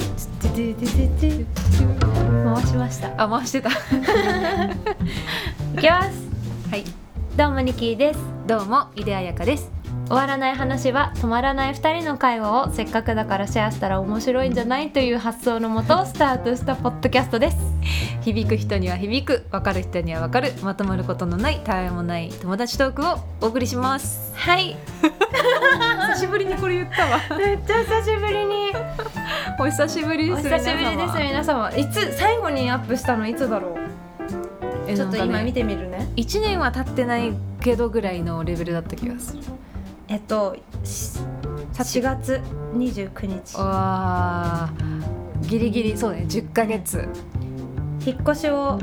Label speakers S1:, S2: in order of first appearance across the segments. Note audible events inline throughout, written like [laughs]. S1: チチチチ
S2: 回しました
S1: あ回
S2: [laughs]
S1: してた
S2: いきます
S1: はい
S2: どうもニキーです
S1: どうも井出彩香です
S2: 終わらない話は止まらない2人の会話をせっかくだからシェアしたら面白いんじゃないという発想のもとスタートしたポッドキャストです
S1: [laughs] 響く人には響く分かる人には分かるまとまることのないたわいもない友達トークをお送りします
S2: はい
S1: [laughs] 久しぶりにこれ言ったわ
S2: めっちゃ久しぶりに
S1: お久しぶりで
S2: お
S1: す
S2: 久しぶりです皆様いつ最後にアップしたのいつだろうちょっと今見
S1: て
S2: てみるね
S1: 1年は経ってないけどぐらいのレベルだった気がする
S2: えっとし4月29日
S1: わーギリギリそうね10ヶ月
S2: 引っ越しを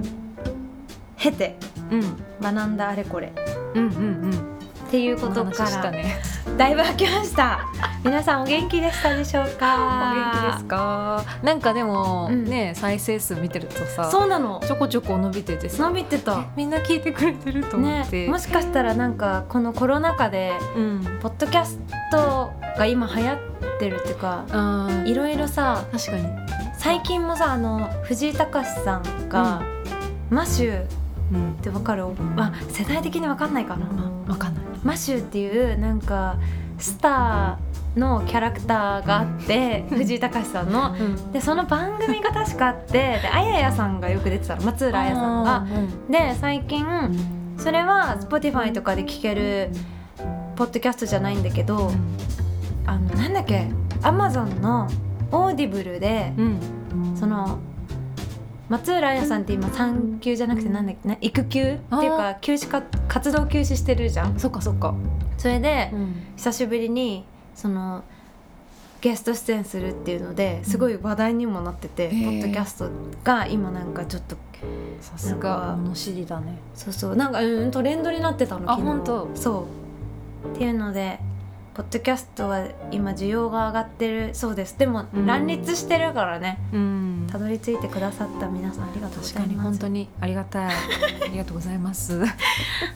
S2: 経て
S1: うん
S2: 学んだあれこれっ
S1: うんうんうん
S2: ていう
S1: こ
S2: ことと
S1: か
S2: からら
S1: ね
S2: だいぶ飽きました皆さんお元気でしたでしょう
S1: お元気で
S2: か
S1: すかなんかでも、
S2: うん
S1: ね再生数見てるとさ
S2: そうなの
S1: ちょこちょこ伸びててさ
S2: 伸びてた
S1: みんな聞いてくれてると思って、
S2: ねもしかしたらなんかこのコロナ禍で
S1: うん
S2: ポッドキャストが今流行ってるっていうか
S1: あー
S2: いろいろさ
S1: 確かに
S2: 最近もさあの藤井隆さんが、マシューっ
S1: うん
S2: てわかる、まあ、世代的にわかんないかな、
S1: わかんない
S2: マシューっていうなんかスターのキャラクターがあって
S1: うん
S2: 藤井隆さんの。
S1: うん
S2: でその番組が確かあ [laughs] ってであややさんがよく出てたの松浦あやさんが。で最近それは Spotify とかで聴けるポッドキャストじゃないんだけどあのなんだっけ Amazon のオーディブルで
S1: うん
S2: その松浦彩さんって今産休じゃなくてなんだっけな育休っていう
S1: あ
S2: か休止か活動休止してるじゃん
S1: そっかそっか
S2: それで
S1: うん
S2: 久しぶりにそのゲスト出演するっていうのですごい話題にもなってて、
S1: ん
S2: ポ
S1: へー
S2: ッドキャストが今なんかちょっと
S1: さすが物知りだね
S2: そうそうなんかうんトレンドになってたの
S1: あ
S2: 昨日
S1: 本当
S2: そうっていうのでポッドキャストは今需要が上がってるそうですでも
S1: うん
S2: 乱立してるからね
S1: うん
S2: たどり着いてくださった皆さんありがとうご
S1: 確
S2: ざ
S1: か
S2: い
S1: に
S2: ま
S1: 本
S2: す
S1: 当にありが [laughs] たいありがとうございます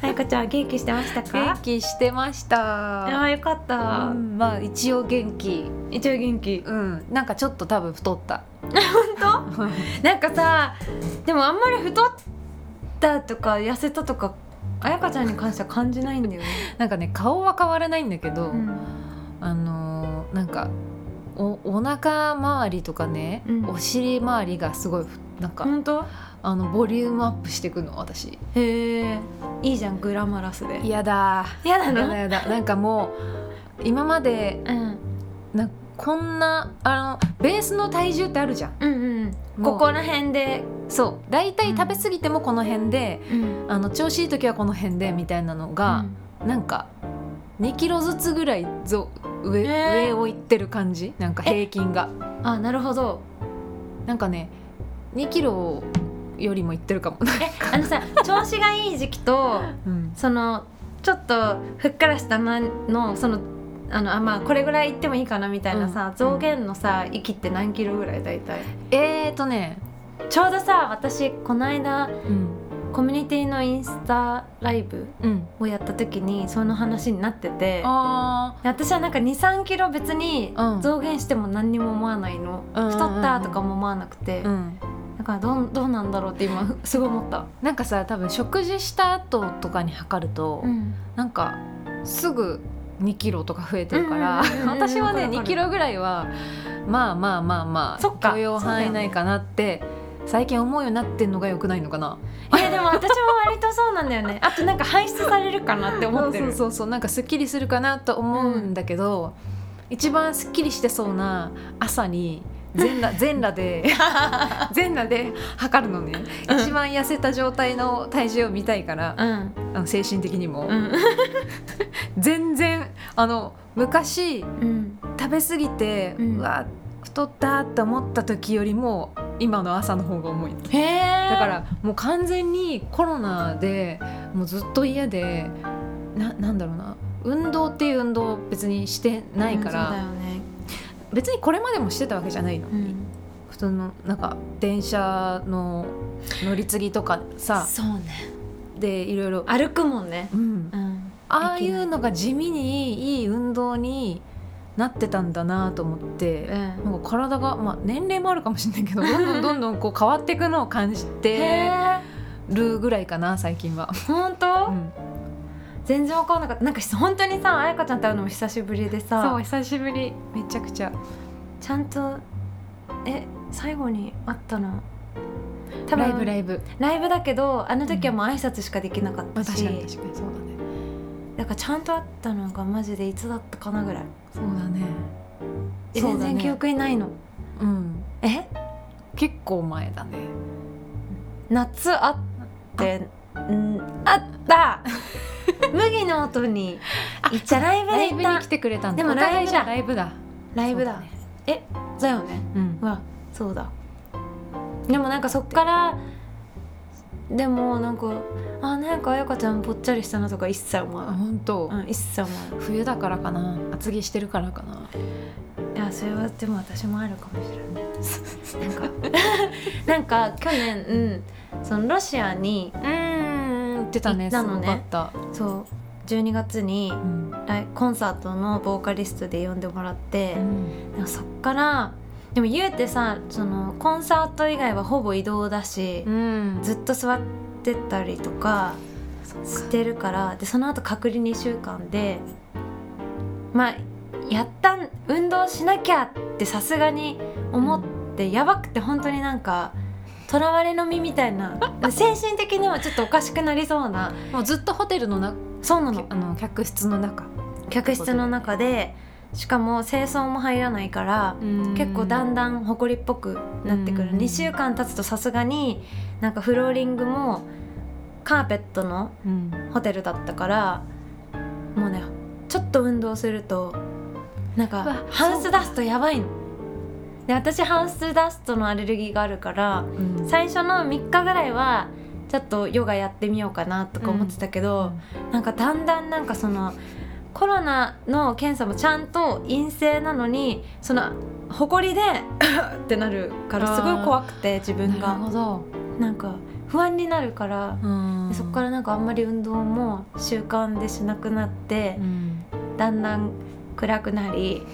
S2: あやかちゃん元気してました
S1: 元
S2: か
S1: 気してました
S2: ああよかった、
S1: うんまあ一応元気
S2: 一応元気
S1: うんなんかちょっと多分太った
S2: 本
S1: うん
S2: 当なんかさでもあんまり太ったとか痩せたとかあやかちゃんに関しては感じないんだよね、
S1: なんかね顔は変わらないんだけど、
S2: うん
S1: あのーなんかおお腹周りとかね、
S2: うん
S1: お尻周りがすごいふなんか、
S2: 本当
S1: あのボリュームアップしていくの私
S2: へえいいじゃんグラマラスで
S1: 嫌だ
S2: 嫌な
S1: や
S2: の
S1: だやだなんかもう今まで
S2: うん
S1: なこんなあのベースの体重ってあるじゃん
S2: うんうん
S1: も
S2: こ
S1: う
S2: こら辺で、
S1: そう大体食べ過ぎてもこの辺で、
S2: うん
S1: あの調子いい時はこの辺でみたいなのが、なんか2キロずつぐらいぞ上,、
S2: えー
S1: 上をいってる感じなんか平均が
S2: あなるほど
S1: なんかね2キロよりもいってるかも、
S2: あのさ調子がいい時期と
S1: うん、
S2: そのちょっとふっからしたなのそのあのあまあこれぐらいいってもいいかなみたいなさ、
S1: うん
S2: 増減のさ息って何キロぐらい大体
S1: [laughs] えーとね、
S2: ちょうどさ私この間
S1: うん
S2: コミュニティのインスタライブ
S1: うん、
S2: をやった時にその話になってて
S1: あ
S2: 私はなんか23キロ別に
S1: うん
S2: 増減しても何にも思わないの、
S1: うんうんうんうん
S2: 太ったとかも思わなくて、
S1: ー、うん、
S2: だからどんどうなんだろうって今すごい思った。
S1: なんかさ多分食事した後とかに測ると、なんかすぐ2キロとか増えてるから、
S2: うんうんうんうん
S1: 私はね
S2: わかるわ
S1: 2
S2: かる
S1: キロぐらいはまあまあまあまあ
S2: そっか
S1: 許容範囲内かなって、最近思うようになってんのがよくないのかな。
S2: いやでも私も割とそうなんだよねあとなんか排出されるかなって思って [laughs] る
S1: そうそうそうなんかすっきりするかなと思うんだけど、一番すっきりしてそうな朝に全裸全裸で全裸で測るのね
S2: うん
S1: 一番痩せた状態の体重を見たいから、
S2: うん
S1: あの精神的にも、
S2: うん
S1: 全然あの昔
S2: うん
S1: 食べ過ぎて、う
S2: うん
S1: わ太ったって思った時よりも今の朝の方が重い
S2: へえ
S1: だからもう完全にコロナでもうずっと家でななんだろうな運動っていう運動を別にしてないから、
S2: うんそうだよね
S1: 別にこれまでもしてたわけじゃないの、普通のなんか電車の乗り継ぎとか
S2: うん、
S1: さ
S2: そうね
S1: でいろいろ、
S2: 歩くもんね
S1: うん
S2: うん
S1: ああいうのが地味にいい運動になってたんだなと思って、
S2: うん
S1: なんか体が、まあ、年齢もあるかもしれないけどどんどんどんどんこう変わっていくのを感じ
S2: へ
S1: て
S2: ー
S1: るぐらいかな最近は。
S2: 本当、
S1: うん
S2: 全然わかんなかったなんか本当にさ彩香ちゃんと会うのも久しぶりで
S1: そう
S2: さ
S1: 久しぶりめちゃくちゃ
S2: ちゃんとえ最後に会ったの多分
S1: ライブライブ、
S2: ライブだけどあの時はもう挨拶しかできなかっ
S1: ま
S2: た
S1: あ、確
S2: し、
S1: かに確かにそうだね
S2: だからちゃんと会ったのがマジでいつだったかなぐらい、
S1: そうだね
S2: 全然記、憶にないの
S1: そうだねうん、
S2: え
S1: 結構前だね
S2: 夏会ってんあった麦の音に行ったライブ
S1: ラ
S2: で
S1: イ
S2: 行
S1: ブ
S2: っ
S1: に
S2: た
S1: 来てくれたん
S2: で
S1: だ
S2: も
S1: お互いじゃあ
S2: ラ
S1: ライブだ
S2: ライブだ
S1: そうね
S2: だよね
S1: うん
S2: うわそうだでもなんかそっからでもなんかあなんか彩香ちゃんぽっちゃりしたなとか一切思
S1: あ
S2: わない、
S1: 本当、
S2: うん、一切思わない
S1: 冬だからかな厚着してるからかない
S2: やそれはでも私もあるかもしれないなんかなんか去年、うん、そのロシアに
S1: うん言ってたね
S2: 行ったの
S1: すごか
S2: ね
S1: った、
S2: そう12月に
S1: うん
S2: ライコンサートのボーカリストで呼んでもらって、なんかそっからでも言うてさそのコンサート以外はほぼ移動だし、
S1: うん
S2: ずっと座ってたりとかしてるからでその後隔離2週間でまあやったん運動しなきゃってさすがに思って、やばくて本当にな
S1: [laughs]
S2: んか囚われの身みたいな精神的にもちょっとおかしくなりそうな
S1: もうずっとホテルのな
S2: そうなの
S1: あの客室の中
S2: 客室の中でしかも清掃も入らないから。結構だんだん埃っぽくなってくる、
S1: うん
S2: 2週間経つとさすがになんかフローリングもカーペットの
S1: うん
S2: ホテルだったからもうねちょっと運動するとなん
S1: うわ
S2: かハウスダストやばいの。で私ハウスダストのアレルギーがあるから
S1: うん
S2: 最初の3日ぐらいはちょっとヨガやってみようかなとか思ってたけど、なんかだんだんなんかそのコロナの検査もちゃんと陰性なのにその埃で [laughs] ってなるからすごい怖くて自分
S1: なる
S2: が
S1: ほど、
S2: なんか不安になるから
S1: うん、
S2: でそこかららなんかあんまり運動も習慣でしなくなって
S1: うん
S2: だんだん暗くなり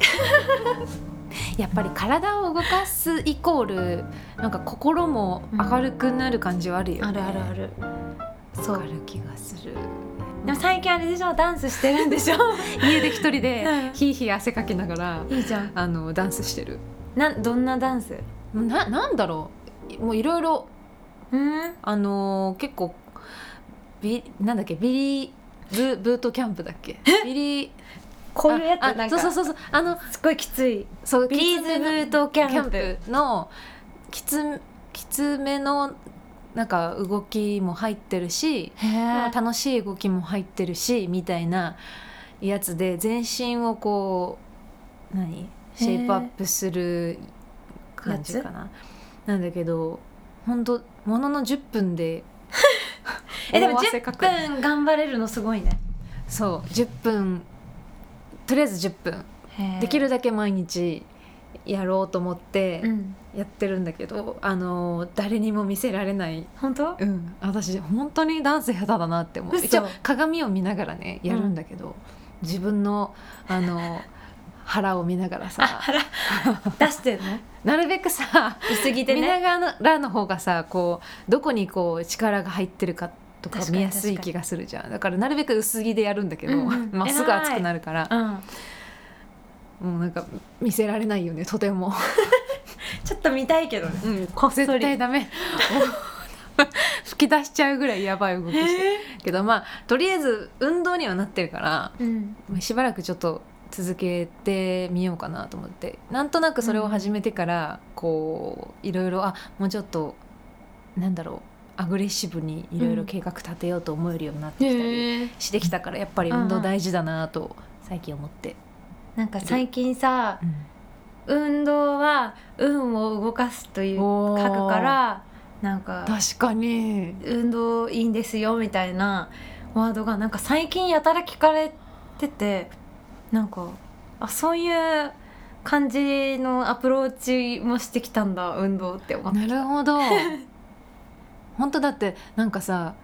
S1: やっぱり体を動かすイコールなんか心も明るくなる感じはあるよ、
S2: あるあるあるそ
S1: わか
S2: う
S1: る気がする
S2: でも最近あれでしょダンスしてる
S1: [laughs]
S2: んでしょ
S1: 家で一人で
S2: うん
S1: ひいひい汗かきながら
S2: いいじゃん
S1: あのダンスしてる
S2: なんどんなダンス
S1: ななんだろうもういろいろ
S2: うん
S1: あのー結構ビなんだっけビリーブブートキャンプだっけビリー
S2: こういうやつ
S1: ああ
S2: なんか
S1: そうそうそうそうあの
S2: すごいきつい
S1: そう
S2: ビリーズブート
S1: キ
S2: キャ
S1: ャ
S2: ン
S1: ン
S2: プ
S1: プのきつきつめのなんか動きも入ってるし、
S2: へ
S1: まあ
S2: え
S1: 楽しい動きも入ってるしみたいなやつで全身をこう何シェイプアップする感じかな。なんだけど本当ものの10分で
S2: [laughs] えでも
S1: 大汗か
S2: 10
S1: く
S2: 分頑張れるのすごいね
S1: そう10分とりあえず10分できるだけ毎日やろうと思って
S2: うん
S1: やってるんだけど、あのー誰にも見せられない、
S2: 本当
S1: うん、私本当にダンス下手だなって思う
S2: 嘘
S1: 一応鏡を見ながらねやるんだけど、自分のあのー
S2: [laughs]
S1: 腹を見ながらさ
S2: 出してるの
S1: なるべくさ、
S2: 薄着で
S1: 見
S2: ね
S1: ながらの方がさこうどこにこう力が入ってるかとか
S2: 確かに
S1: 見やすい気がするじゃんだからなるべく薄着でやるんだけど、
S2: うんうん
S1: まあすぐ熱くなるから
S2: うん
S1: もうなんか見せられないよねとても、
S2: ちょっと見たいけどね
S1: うん、 [laughs]
S2: こっ [laughs] そり
S1: 絶対ダメもう吹き出しちゃうぐらいやばい動きしてるけどまあとりあえず運動にはなってるから
S2: うん
S1: しばらくちょっと続けてみようかなと思ってなんとなくそれを始めてから、こういろいろあもうちょっとなんだろうアグレッシブにいろいろ計画立てようと思えるようになってきたり
S2: へえ
S1: してきたからやっぱり運動大事だなと最近思って。
S2: なんか最近さ運動は運を動かすという書
S1: おー
S2: くからなんか
S1: 確かに
S2: 運動いいんですよみたいなワードがなんか最近やたら聞かれててなんかあそういう感じのアプローチもしてきた
S1: [laughs]
S2: んだ運動って思って
S1: なるほど本当だってなんかさ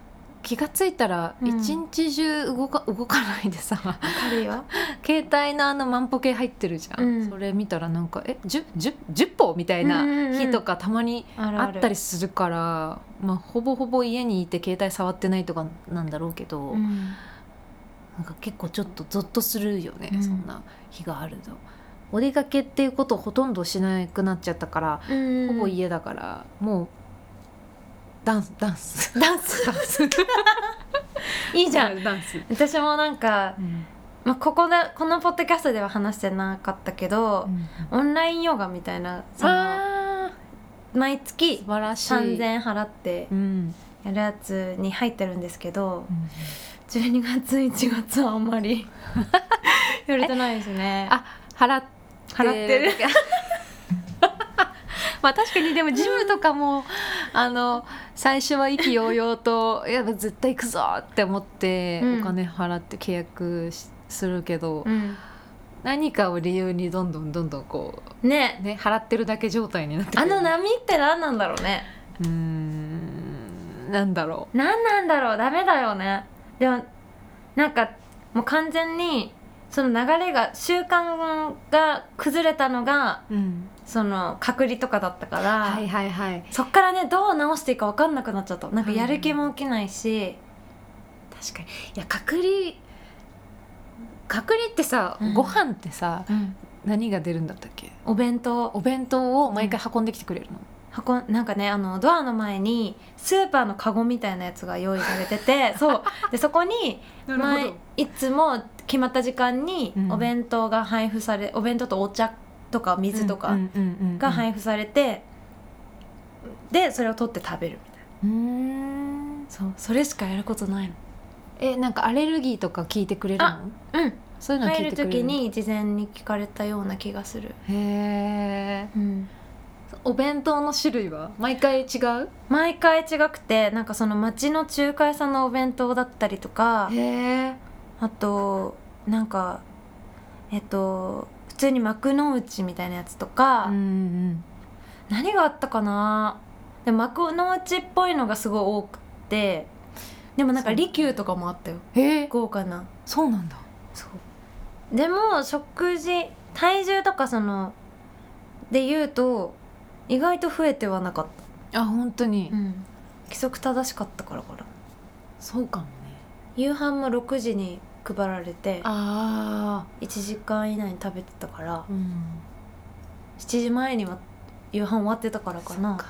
S1: 気がついたら
S2: うん
S1: 一日中動か,、動かないでさ [laughs]
S2: 軽いわ
S1: 携帯のあの万歩計入ってるじゃん、
S2: うん
S1: それ見たらなんかえ十 10, 10歩みたい
S2: うんうんう
S1: なん日とかたまに
S2: ある
S1: あ
S2: ある
S1: ったりするから、まあ、ほぼほぼ家にいて携帯触ってないとかなんだろうけど、
S2: うん
S1: なんか結構ちょっとゾッとするよね、
S2: うん
S1: そんな日があると。お出かけっていうことをほとんどしなくなっちゃったから、
S2: うん
S1: ほぼ家だからもうダンスダンス
S2: ダンス
S1: ダンス
S2: いいじゃん
S1: ダンス、
S2: 私もなんか、
S1: うん
S2: まあ、ここでこのポッドキャストでは話してなかったけど、オンラインヨガみたいなその
S1: あ
S2: 毎
S1: ー
S2: 月
S1: 素晴らしい
S2: 3000円払って
S1: うん
S2: やるやつに入ってるんですけど12月1月はあんま [laughs] りやれてないですね
S1: あ払って
S2: 払ってる
S1: [laughs] まあ確かにでもジムとかもあの最初は意気揚々と「いや絶対行くぞ!」って思って
S2: うん
S1: お金払って契約しするけど、
S2: うん
S1: 何かを理由にどんどんどんどんこう
S2: ね
S1: ね払ってるだけ状態になってくる
S2: あの波って何なんだろうね
S1: うーんなんだろ
S2: 何なんだろうダメだよねでもなんかもう完全にその流れが習慣が崩れたのが
S1: う、
S2: その隔離とかだったから、
S1: はいはいはい
S2: そっからねどう直していいか分かんなくなっちゃったなんかやる気も起きないし、
S1: 確かにいや隔離隔離ってさ、
S2: うん
S1: ご飯ってさ何が出るんだったっけ
S2: お弁当
S1: お弁当を毎回運んできてくれるの、
S2: 箱なんかねあのドアの前にスーパーのカゴみたいなやつが用意されて [laughs] てそうでそこに前いつも決まった時間に
S1: うん
S2: お弁当が配布され、お弁当とお茶とか水とか。
S1: うんうんうんうん
S2: が配布されて、でそれを取って食べるみたいな
S1: うーん
S2: そうそれしかやることないの
S1: えなんかアレルギーとか聞いてくれる
S2: あ
S1: の
S2: うん
S1: そういうの聞
S2: 入
S1: い
S2: る
S1: てくれる
S2: 時に事前に聞かれたような気がする、
S1: へえ
S2: うん、
S1: お弁当の種類は毎回違う
S2: 毎回違くてなんかその町の中華屋さんのお弁当だったりとか
S1: へえ
S2: あとなんかえっと普通に幕の内みたいなやつとか、
S1: うん
S2: 何があったかなでも幕の内っぽいのがすごい多くてでもなんか利休とかもあったよ
S1: うんへえ
S2: 豪華な
S1: そうなんだ
S2: そうでも食事体重とかそので言うと意外と増えてはなかっ
S1: あ本当に、
S2: た、うん、規則正しかったからかな
S1: そうかもね
S2: 夕飯も6時に配られて
S1: ああ
S2: 1時間以内に食べてたから
S1: うん
S2: 7時前には夕飯終わってたからか
S1: そ
S2: な
S1: っか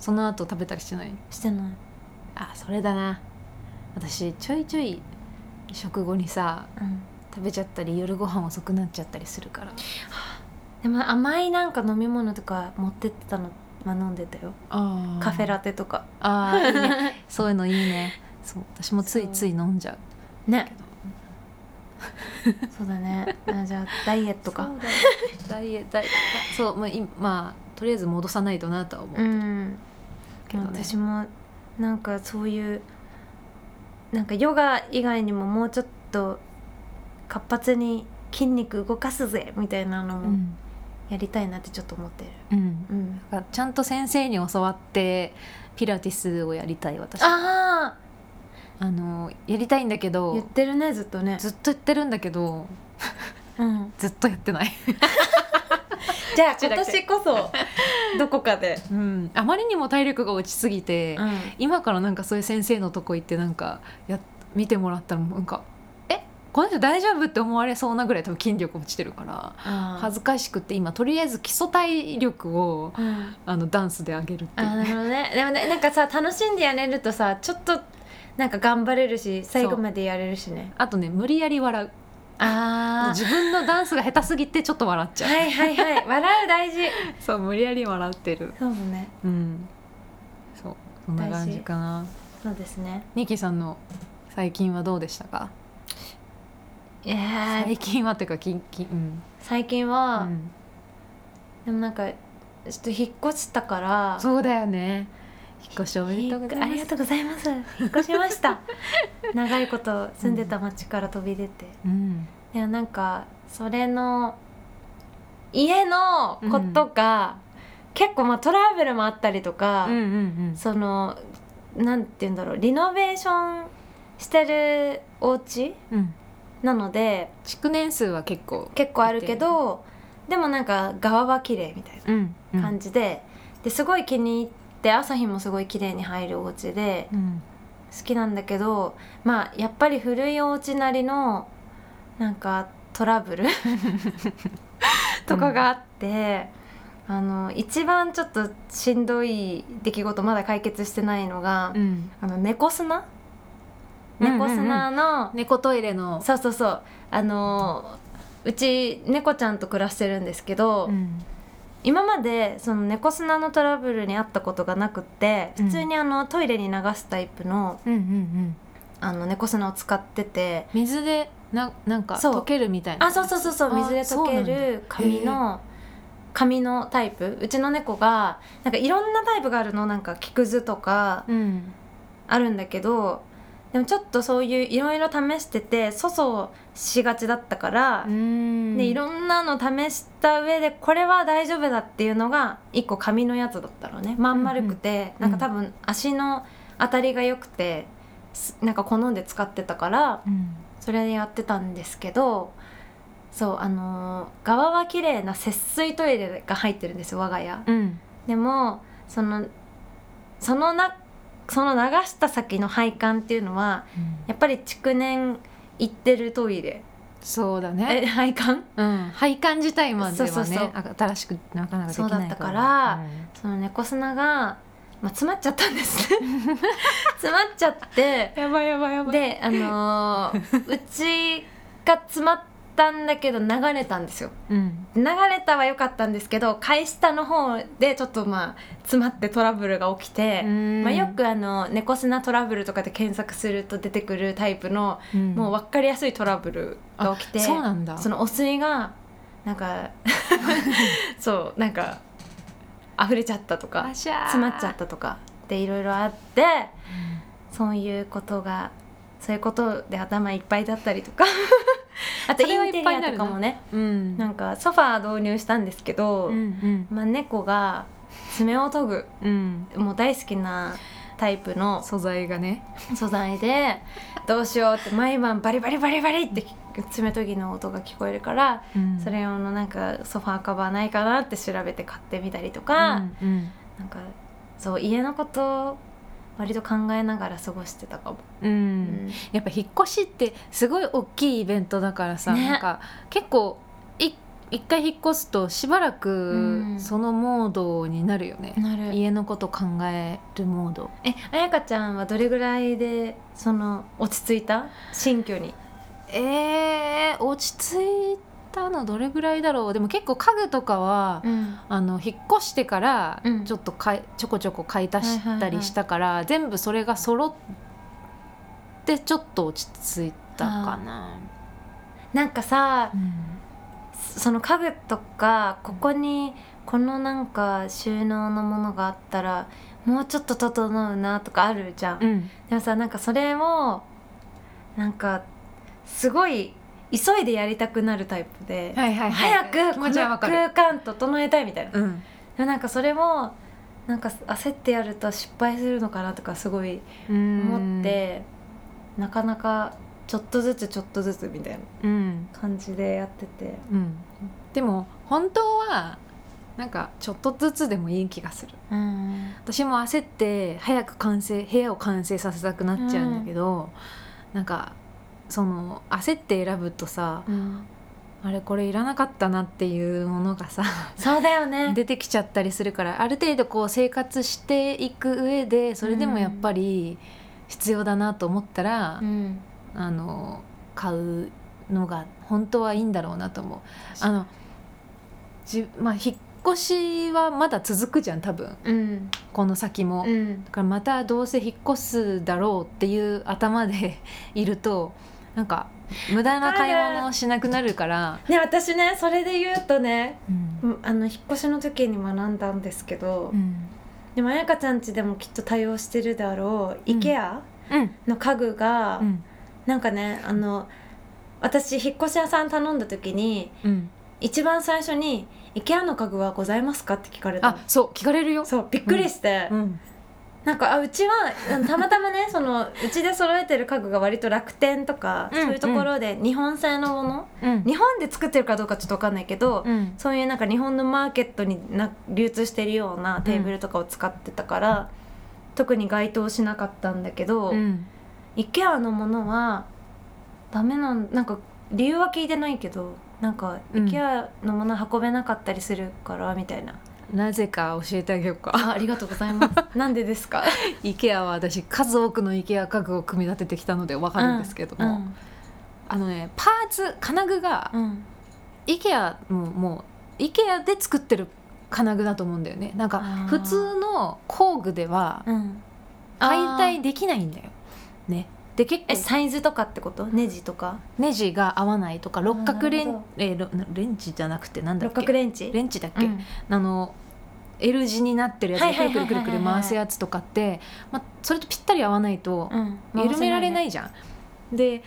S1: その後食べたりしてない
S2: してない
S1: あそれだな私ちょいちょい食後にさ
S2: うん
S1: 食べちゃったり夜ご飯遅くなっちゃったりするから
S2: でも甘いなんか飲み物とか持ってってたの、まあ、飲んでたよ
S1: あ
S2: カフェラテとか
S1: あーいいね [laughs] そういうのいいねそう私もついつい飲んじゃう
S2: ねそうだねあじゃあダイエットか
S1: そうだダイエダイエそうまあ今、まあ、とりあえず戻さないとなとは思う
S2: うん
S1: けどね、
S2: 私もなんかそういうなんかヨガ以外にももうちょっと活発に筋肉動かすぜみたいなの
S1: う
S2: も
S1: ん、
S2: やりたいなってちょっと思ってる、
S1: うん、
S2: うん、
S1: だからちゃんと先生に教わってピラティスをやりたい私
S2: あ
S1: あのやりたいんだけ
S2: あ言っ
S1: ど
S2: てるねずっとね、
S1: ずっとやってるんだけど
S2: うん、
S1: ずっとやってない、
S2: じゃあ
S1: 今年
S2: こそどこかで、
S1: うん、あまりにも体力が落ちすぎて、
S2: うん、
S1: 今からなんかそういう先生のとこ行ってなんかや見てもらったらもうなんか「えこの人大丈夫?」って思われそうなぐらい多分筋力落ちてるから恥
S2: あ
S1: ずかしくて今とりあえず基礎体力を
S2: ー、うん、
S1: あのダンスで上げるって
S2: あ
S1: い
S2: ーな
S1: う。
S2: るほどねでもねなんかさ楽しんでやれるとさちょっとなんか頑張れるし最後までやれるしね
S1: あとね無理やり笑う
S2: あ
S1: 自分のダンスが下手すぎてちょっと笑っちゃう、
S2: はいはいはい [laughs] 笑う大事
S1: そう無理やり笑ってる
S2: そうね
S1: うんそうそんな感じかな
S2: そうですね
S1: ニキさんの最近はどうでしたか
S2: いやー
S1: 最近はっていうかきき、うん
S2: 最近
S1: う
S2: は、
S1: ん、
S2: でもなんかちょっと引っ越したから
S1: そうだよね引っ越しおめでとうござい
S2: あ
S1: ま
S2: り
S1: す
S2: がとうございます引っ越しました [laughs] 長いこと住んでた町から飛び出て、
S1: うん
S2: いやなんかそれの家のことが、結構まあトラブルもあったりとか、
S1: うんうん
S2: そのなんて言うんだろうリノベーションしてるお家
S1: うん
S2: なので
S1: 築年数は結構
S2: 結構あるけどでもなんか側は綺麗みたい
S1: うん
S2: な感じで,、ですごい気に入って朝日もすごい綺麗に入るお家で
S1: うん
S2: 好きなんだけどまあやっぱり古いお家なりのなんかトラブル [laughs] とかがあって、あの一番ちょっとしんどい出来事まだ解決してないのが、
S1: うん
S2: あの猫砂
S1: うんうんうん
S2: 猫砂の、
S1: 猫トイレの
S2: そうそうそうあのうち猫ちゃんと暮らしてるんですけど、
S1: うん
S2: 今までその猫砂のトラブルにあったことがなくって
S1: うん
S2: 普通にあのトイレに流すタイプの
S1: うんうんうん
S2: あの猫砂を使ってて
S1: 水でななんか
S2: そう
S1: 溶けるみたいな
S2: あそうそうそうそう
S1: あ
S2: 水で
S1: そうな
S2: 溶
S1: ん
S2: け
S1: だ
S2: る紙の紙のタイプうちの猫がなんかいろんなタイプがあるのなんか木くずとか
S1: うん
S2: あるんだけどでもちょっとそういういろいろ試してて粗相しがちだったから
S1: う、ん
S2: でいろんなの試した上でこれは大丈夫だっていうのが1個紙のやつだったのねまん丸くて、
S1: うんうん
S2: なんか多分足の当たりが良くてすなんか好んで使ってたから
S1: うん
S2: それでやってたんですけどそうあのー側は綺麗な節水トイレが入ってるんですよ我が家。
S1: うん
S2: でもそのそのなその流した先の配管っていうのはやっぱり築年行ってるトイレ
S1: そうだ
S2: え
S1: ね
S2: 配管
S1: うん配管自体まで
S2: そう
S1: は
S2: そうそう
S1: ねあ新しくなかなかできない
S2: そうだったから
S1: うん
S2: その猫砂が、まあ、詰まっちゃったんです詰まっちゃって
S1: やばいやばいやばい
S2: であのーうちが詰まったんだけど流れたんですよ
S1: うん
S2: 流れたは良かったんですけど返下の方でちょっとまあ詰まってトラブルが起きて、まあ、よくあの猫砂トラブルとかで検索すると出てくるタイプの、もう
S1: わ
S2: 分かりやすいトラブルが起きて
S1: そうなんだ
S2: そのお水がな
S1: [laughs]
S2: んかそうなんか溢れちゃったとか
S1: しゃー
S2: 詰まっちゃったとかでいろいろあってそういうことがそういうことで頭いっぱいだったり
S1: [laughs]
S2: とかあと
S1: それは
S2: インテリ
S1: いっぱいにな
S2: アと
S1: る
S2: か
S1: な
S2: もね
S1: うん
S2: なんかソファー導入したんですけど、
S1: うん
S2: まあ、猫が爪を研ぐ
S1: うんうん
S2: もう大好きなタイプの
S1: 素材がね
S2: 素材でどうしようって毎晩バリバリバリバリって爪研ぎの音が聞こえるからそれ用のなんかソファーカバーないかなって調べて買ってみたりとか、
S1: うんうん
S2: なんかそう家のこと割と考えながら過ごしてたかも、
S1: う
S2: うん
S1: やっぱ引っ越しってすごい大きいイベントだからさ、
S2: ね
S1: なんか結構い一回引っ越すとしばら
S2: う
S1: く
S2: ん
S1: そのモードになるよね、
S2: なる
S1: 家のこと考えるモード
S2: え彩香ちゃんはどれぐらいでその落ち着いた新居に
S1: えー、落ち着いたのどれぐらいだろうでも結構家具とかは、
S2: ん
S1: あの引っ越してから
S2: うん
S1: ちょっとかい、ちょこちょこ買い足
S2: は
S1: し
S2: いは
S1: た
S2: いはい
S1: りしたから、全部それが揃ってちょっと落ち着いたかな。
S2: なんかさ
S1: うん
S2: その家具とかここにこのなんか収納のものがあったらもうちょっと整うなとかあるじゃん、
S1: うん
S2: でもさなんかそれをなんかすごい急いでやりたくなるタイプで、
S1: はいはい
S2: 早
S1: はい、
S2: く
S1: 気
S2: こ
S1: 持
S2: の
S1: ちはわかる。
S2: 空間整えたいみたいな、
S1: うん
S2: でもなんかそれもなんか焦ってやると失敗するのかなとかすごい思って、なかなかちょっとずつちょっとずつみたいな
S1: うん、うん
S2: 感じでやってて
S1: うん、でも本当はなんかちょっとずつでもいい気がする
S2: うん
S1: 私も焦って早く完成部屋を完成させたくなっちゃうんだけど、なんかその焦って選ぶとさあれこれいらなかったなっていうものがさ
S2: そうだよね
S1: 出てきちゃったりするからある程度こう生活していく上でそれでもやっぱり必要だなと思ったら、
S2: うん
S1: あの買うのが本当はいいんだろうなと思う。あのじまあ、引っ越しはまだ続くじゃん多分
S2: うん
S1: この先も。
S2: うん
S1: だからまたどうせ引っ越すだろうっていう頭で [laughs] いるとなんか無駄な買い物をしなくなるから、
S2: ね私ねそれで言うとね
S1: うん
S2: うんあの引っ越しの時に学んだんですけど、
S1: うん
S2: でも彩香ちゃん家でもきっと対応してるだろう、
S1: うん
S2: IKEA
S1: うん
S2: の家具が、
S1: うん
S2: なんかねあの私引っ越し屋さん頼んだ時に
S1: うん、
S2: 一番最初に「IKEA の家具はございますか?」って聞かれたの
S1: あそう聞かれるよ。
S2: そうびっくりして、
S1: うん
S2: なんかあうちはあのたまたまねそのうちで揃えてる家具が割と楽天とか、
S1: うん
S2: そういうところで日本製のもの、
S1: うん
S2: 日本で作ってるかどうかちょっと分かんないけど、
S1: うん
S2: そういうなんか日本のマーケットにな流通してるようなテーブルとかを使ってたから、特に該当しなかったんだけど、
S1: うん、
S2: IKEA のものはダメなんなんか理由は聞いてないけどなんか
S1: うん
S2: IKEA のもの運べなかったりするからみたいな、
S1: なぜか教えてあげようか
S2: あありがとうございます [laughs] なんでですか
S1: [laughs] IKEA は私数多くの IKEA 家具を組み立ててきたのでわかるんですけども、あのねパーツ金具が
S2: うんうん
S1: IKEA ももう IKEA で作ってる金具だと思うんだよねなんか
S2: あー
S1: 普通の工具では
S2: うん
S1: 解体できないんだよねで結
S2: え
S1: 構
S2: サイズとかってことネジとか
S1: ネジが合わないとか六角レ
S2: なる
S1: ン
S2: ほど
S1: えーろレンチじゃなくてなんだっ
S2: 六
S1: け
S2: 角レンチ
S1: レンチだっ
S2: う
S1: け、
S2: ん
S1: あの L 字になってるやつ
S2: は
S1: く
S2: い
S1: る
S2: はい
S1: くる
S2: はい
S1: く
S2: は
S1: る
S2: いはい
S1: くる回すやつとかって、まあ、それとぴったり合わないと
S2: うん
S1: 緩められないいじゃん。で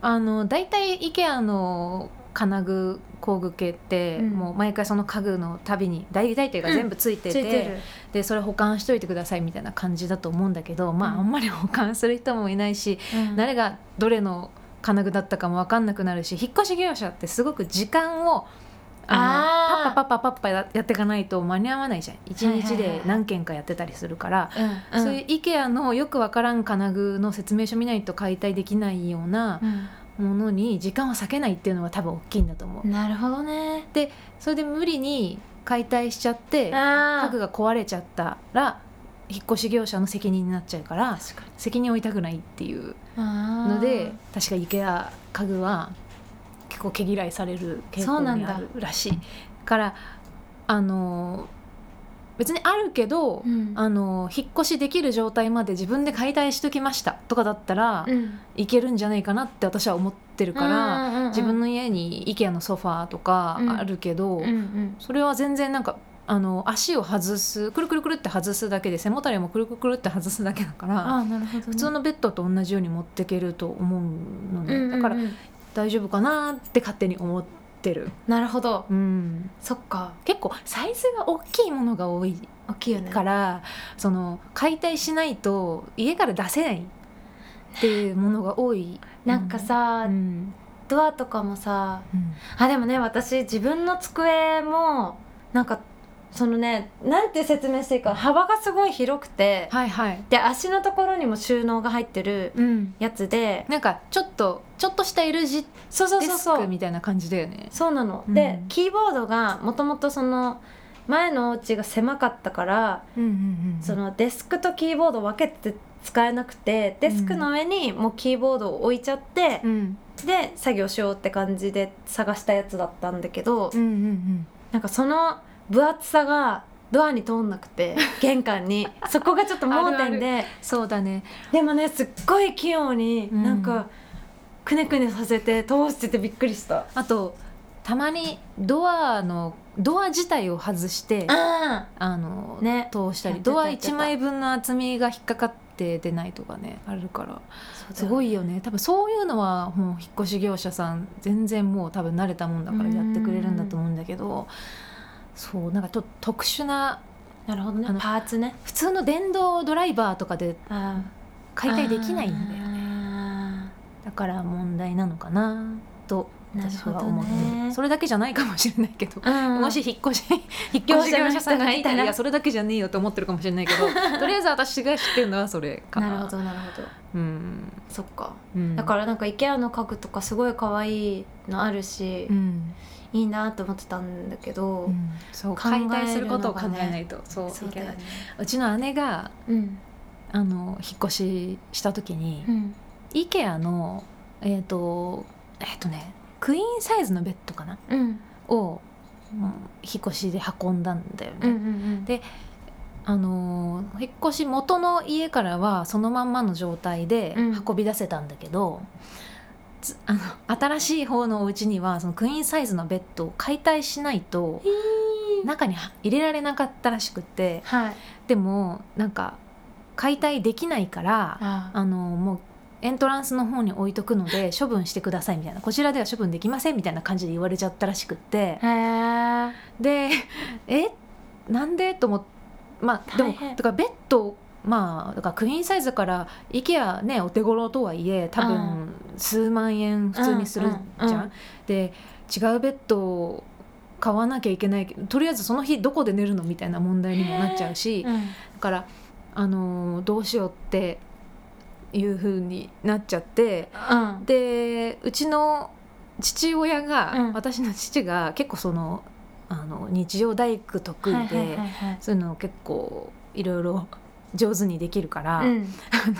S1: あの大体 IKEA の金具工具系って、
S2: うん
S1: もう毎回その家具のたびに大体というか全部ついて
S2: つい
S1: て,、
S2: てる
S1: でそれ保管しといてくださいみたいな感じだと思うんだけど、まあ
S2: うん
S1: あんまり保管する人もいないし、
S2: うん
S1: 誰がどれの金具だったかも分かんなくなるし引っ越し業者ってすごく時間をあの
S2: あー
S1: パッパパッパパッパやっていかないと間に合わないじゃん一
S2: はいはい
S1: 日で何件かやってたりするから、
S2: うんうん
S1: そういう IKEA のよく分からん金具の説明書見ないと解体できないようなものに時間は割けないっていうのが多分大きいんだと思う、
S2: うんなるほどね
S1: それで無理に解体しちゃって
S2: あ
S1: 家具が壊れちゃったら引っ越し業者の責任になっちゃうから責任を負いたくないっていうの
S2: の
S1: で確か IKEA 家具は結構毛嫌いされる傾
S2: そうな
S1: 向
S2: ん
S1: に
S2: だ
S1: あるらしいからあの別にあるけど、
S2: うん
S1: あの引っ越しできる状態まで自分で解体しときましたとかだったら、
S2: うん
S1: いけるんじゃないかなって私は思ってるから、
S2: うんうんうん
S1: 自分の家に IKEA のソファーとか
S2: うん
S1: あるけど、
S2: うんうん
S1: それは全然なんかあの足を外すくるくるくるって外すだけで背もたれもくるくるくるって外すだけだから。
S2: あーなるほどね
S1: 普通のベッドと同じように持っていけると思うの
S2: う
S1: で、
S2: んうんうん
S1: だから大丈夫かなって勝手に思ってる、
S2: なるほど
S1: うん、
S2: そっか
S1: 結構サイズが大きいものが多い
S2: 大きいよね
S1: から、その解体しないと家から出せないっていうものが多い
S2: なんか、さ
S1: うん
S2: ドアとかもさ
S1: うん
S2: あでもね私自分の机もなんかそのねなんて説明していいか幅がすごい広くて
S1: はいはい、
S2: で足のところにも収納が入ってる
S1: うん、
S2: やつで
S1: なんかちょっとちょっとした L 字デ
S2: そうそうそう
S1: ス
S2: そ
S1: ク
S2: う
S1: みたいな感じだよね
S2: そうなの、
S1: うん
S2: でキーボードがもともとその前のお家が狭かったから、
S1: うんうんうん
S2: そのデスクとキーボードを分けて使えなくてデスクの上にもうキーボードを置いちゃって
S1: う、ん
S2: で作業しようって感じで探したやつだったんだけど、
S1: うんうん
S2: なんかその分厚さがドアに通んなく
S1: [laughs]
S2: て玄関にそこがちょっと盲点で
S1: そうだね
S2: でもねすっごい器用に
S1: うん
S2: なんか、くねくねさせて通しててびっくりした。
S1: あとたまにドアのドア自体を外して
S2: あ
S1: あの、
S2: ね
S1: 通した
S2: や
S1: り
S2: ってた
S1: ドア
S2: やってた
S1: 1枚分の厚みが引っかかって出ないとかねあるからすご
S2: い
S1: いよね多分そういうのはもう引っ越し業者さん全然もう多分慣れたもんだからやってくれるんだと思うんだけどそうなんかちょっと特殊な
S2: なるほどね
S1: あの
S2: パーツね
S1: 普通の電動ドライバーとかで
S2: あー
S1: 解体できないんだよ
S2: よ
S1: だから問題なのかなと私は思って
S2: なるほど
S1: る
S2: ね
S1: それだけじゃないかもしれないけど
S2: うん、
S1: もし引っ越 [laughs] し引っ越し業者さんがいたらいやそれだけじゃねえよと思ってるかもしれないけどとりあえず私が知ってるのはそれかな
S2: なるほどなるほど
S1: うん、
S2: そっか
S1: うん、
S2: だからなんか IKEA の家具とかすごい可愛いのあるし、
S1: うん、
S2: いいなと思ってたんだけど、
S1: うんそう
S2: 考える
S1: 解
S2: のがね
S1: 体することを考えないとそう
S2: そう
S1: いけ
S2: だよ
S1: ない
S2: ね
S1: うちの姉が
S2: うん
S1: あの引っ越しした時に、
S2: うん
S1: IKEA のえっ、とえっ、とねクイーンサイズのベッドかな
S2: うん
S1: を、うん引っ越しで運んだんだよね、
S2: うんうん
S1: であのー引っ越し元の家からはそのまんまの状態で
S2: うん
S1: 運び出せたんだけど、つあの新しい方のお家にはそのクイーンサイズのベッドを解体しないと中には入れられなかったらしくて
S2: はい
S1: でもなんか解体できないから
S2: あ
S1: あのもうエントランスの方に置いとくので処分してくださいみたいなこちらでは処分できませんみたいな感じで言われちゃったらしくって
S2: へえ
S1: でえなんでと思ってまあでも
S2: 大変
S1: だからベッドまあだからクイーンサイズから IKEA ねお手頃とはいえ多分数万円普通にするじゃん。
S2: うんうんうん
S1: で違うベッドを買わなきゃいけないけどとりあえずその日どこで寝るのみたいな問題にもなっちゃうし、だから、あのーどうしようっていう風になっちゃって
S2: うん
S1: でうちの父親が、
S2: うん
S1: 私の父が結構そのあの日常大工得意で、
S2: はいはいはいはい
S1: そういうのを結構いろいろ [laughs] 上手にできるから、
S2: うん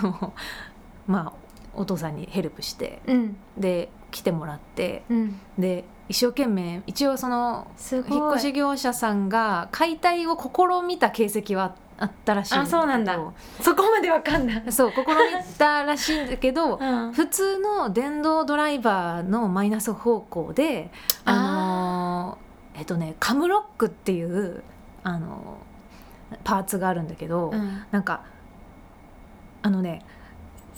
S1: あの [laughs] まあお父さんにヘルプして
S2: うん
S1: で来てもらって
S2: うん
S1: で一生懸命一応その
S2: すごい
S1: 引っ越し業者さんが解体を試みた形跡はあったらしいだけど
S2: あそうなんだそこまでわかんない、
S1: そう試みたらしいんだけ
S2: [laughs]
S1: ど
S2: うん、
S1: 普通の電動ドライバーのマイナス方向であのーえっとねカムロックっていうあのーパーツがあるんだけど、
S2: うん
S1: なんかあのね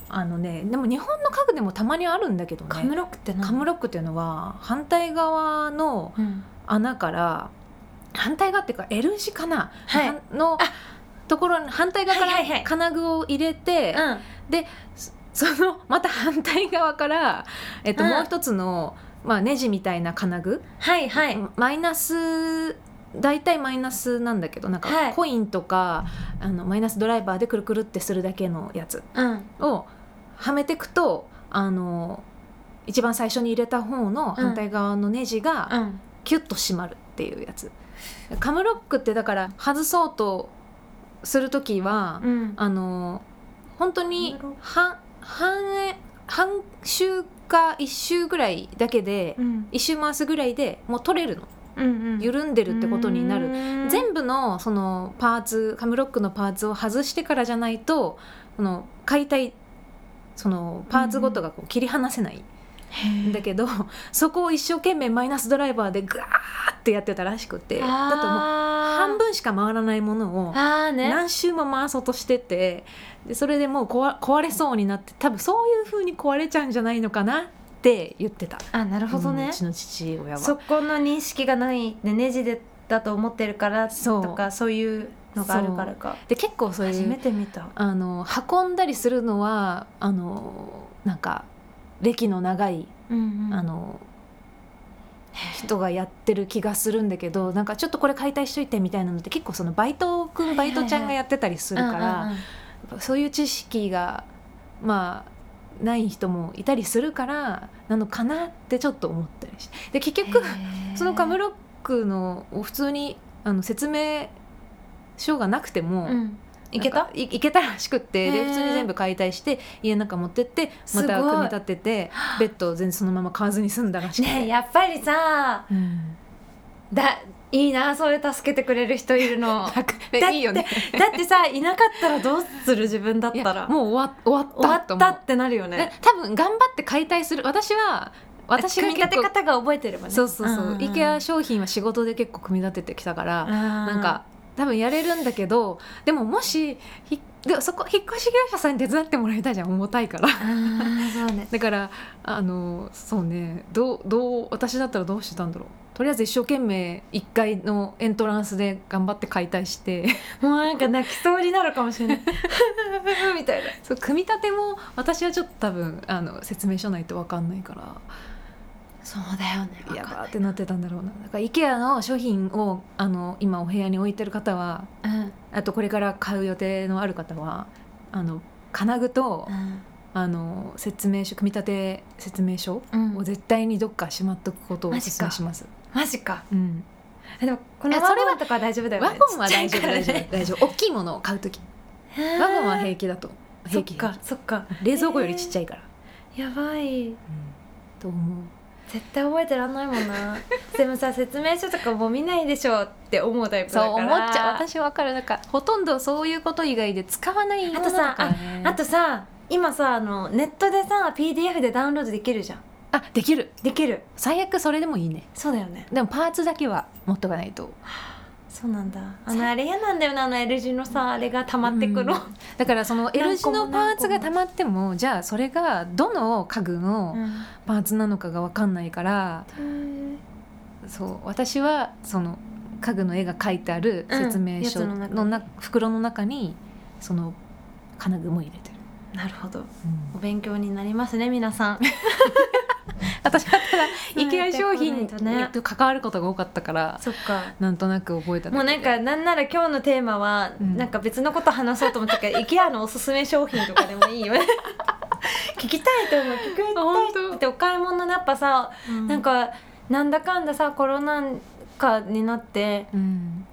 S1: あのねでも日本の家具でもたまにあるんだけどね
S2: カムロックって何
S1: カムロックっていうのは反対側の
S2: うん
S1: 穴から反対側っていうか L 字かな、
S2: はい
S1: はんのところに反対側か
S2: はいはいは
S1: ら
S2: い
S1: 金具を入れて、
S2: うん
S1: そのまた反対側
S2: [laughs]
S1: から、えっと
S2: うん
S1: もう一つの、まあ、ネジみたいな金具、
S2: はいはい
S1: マイナス大体マイナスなんだけどなん
S2: は
S1: か
S2: い
S1: コインとか、あのマイナスドライバーでくるくるってするだけのやつ
S2: うん
S1: をはめていくとあの一番最初に入れた方の反対側のネジが、
S2: うん
S1: キュッと締まるっていうやつカムロックってだから外そうとする時は、
S2: うん
S1: あの本当に
S2: カムロック
S1: 半半円半周か1周ぐらいだけで、
S2: うん
S1: 一周回すぐらいでもう取れるの
S2: うん
S1: 緩んでるってことになる、
S2: る
S1: 全部のそのパーツカムロックのパーツを外してからじゃないとその解体そのパーツごとがこう切り離せないんだけど、そこを一生懸命マイナスドライバーでグワーってやってたらしくてだってもう半
S2: 半
S1: 分しか回らないものを
S2: あーね
S1: 何周も回そうとしててでそれでもう壊壊れそうになって多分そういう風に壊れちゃうんじゃないのかなって言ってた。
S2: あなるほど
S1: うん
S2: ね
S1: うち、の父親は
S2: そこの認識がないでネジでだと思ってるから
S1: そう
S2: とかそういうのがあるからか
S1: で結構そう
S2: 初
S1: い
S2: め
S1: う
S2: て見た
S1: あの運んだりするのはあのなんか歴の長い
S2: うんうん
S1: あの人がやってる気がするんだけどなんかちょっとこれ解体しといてみたいなのって結構そのバイトくん
S2: はいは
S1: バ
S2: いは
S1: イ
S2: い
S1: トちゃんがやってたりするか
S2: うん
S1: ら
S2: うん
S1: そういう知識がまあない人もいたりするからなのかなってちょっと思ったりしてで結
S2: うん
S1: 局
S2: へー
S1: そのカムロックのを普通にあの説明書がなくても、
S2: うんい
S1: い
S2: け
S1: け
S2: た
S1: たいいけたらしくって
S2: へ
S1: で
S2: ー
S1: 普通に全部解体して家の中持ってって
S2: す
S1: ま
S2: ごい
S1: た組み立ててベッドを全然そのまま買わずに済んだらしくて、
S2: ねえやっぱりさ
S1: うん
S2: だいいなそういう助けてくれる人いるの
S1: 楽ね
S2: だって
S1: いいよね
S2: だってさいなかったらどうする自分だっ
S1: いや
S2: たら
S1: もう終わ終わった
S2: 終わ
S1: と
S2: っ
S1: 思
S2: た
S1: う
S2: ってなるよね
S1: で多分頑張って解体する私は私が
S2: 組み
S1: 結
S2: 立て
S1: 構
S2: 方が覚えてればね
S1: そうそうそう、
S2: んんん
S1: IKEA 商品は仕事で結構組み立ててきたから、
S2: な
S1: なんか多分やれるんだけどでももしひでそこ引っ越し業者さんに手伝ってもらいたいじゃん重たいから。 [laughs]
S2: あーそうね
S1: だからあのそうねどうどう私だったらどうしてたんだろうとりあえず一生懸命1階のエントランスで頑張って解体して [laughs]
S2: もうなんか泣きそうになるかもしれない [laughs] みたいな
S1: そう組み立ても私はちょっと多分あの説明書ないと分かんないから
S2: そうだよね
S1: やばーってなってたんだろうなだから IKEA の商品をあの今お部屋に置いてる方は
S2: うん
S1: あとこれから買う予定のある方はあの金具とあの説明書組み立て説明書
S2: うん
S1: を絶対にどっかしまっとくことをお勧めします。
S2: マジか
S1: うん
S2: でもこの
S1: え
S2: ワ
S1: それは
S2: ゴンとかは大丈夫だよね
S1: ワゴンは大丈
S2: ちっ
S1: 夫
S2: ちゃいか
S1: 大丈
S2: らね
S1: 夫大丈夫大きいものを買う時 [laughs] ワゴンは
S2: へー
S1: 平気だと平気
S2: そっかそっか
S1: 冷蔵庫よりちっちゃいから、
S2: やばい
S1: うんと思う
S2: 絶対覚えてらんないも
S1: [laughs]
S2: んなでもさ説明書とかもう見ないでしょって思うタイプだから
S1: 私わかるなんかほとんどそういうこと以外で使わない
S2: あとさあとさ今さあのネットでさ PDF でダウンロードできるじゃん
S1: あできる
S2: できる
S1: 最悪それでもいいね
S2: そうだよね
S1: でもパーツだけは持っとかないと
S2: そうなんだあのあれ嫌なんだよなあの L 字のさあれが溜まってくの、
S1: うんだからその L
S2: 何
S1: 字
S2: 個も
S1: のパーツがたまってもじゃあそれがどの家具のパーツなのかがわかんないから、
S2: うん
S1: そう私はその家具の絵が書いてある説明書
S2: うんやつの中
S1: のな、袋の中にその金具も入れてる、
S2: なるほど
S1: うん
S2: お勉強になりますね皆さん
S1: 私はただ IKEA 商
S2: そうや
S1: 品
S2: ってこないとね
S1: と関わることが多かったから
S2: [laughs] そっか
S1: なんとなく覚えただけで
S2: もうなんかなんなら今日のテーマは、
S1: うん
S2: なんか別のこと話そうと思った [laughs] けど IKEA のおすすめ商品とかでもいいよ [laughs] ね聞きたいと思う聞き
S1: あ本
S2: たい
S1: 当
S2: ってお買い物のやっぱさ、
S1: うん
S2: なんかなんだかんださコロナ禍になって
S1: うん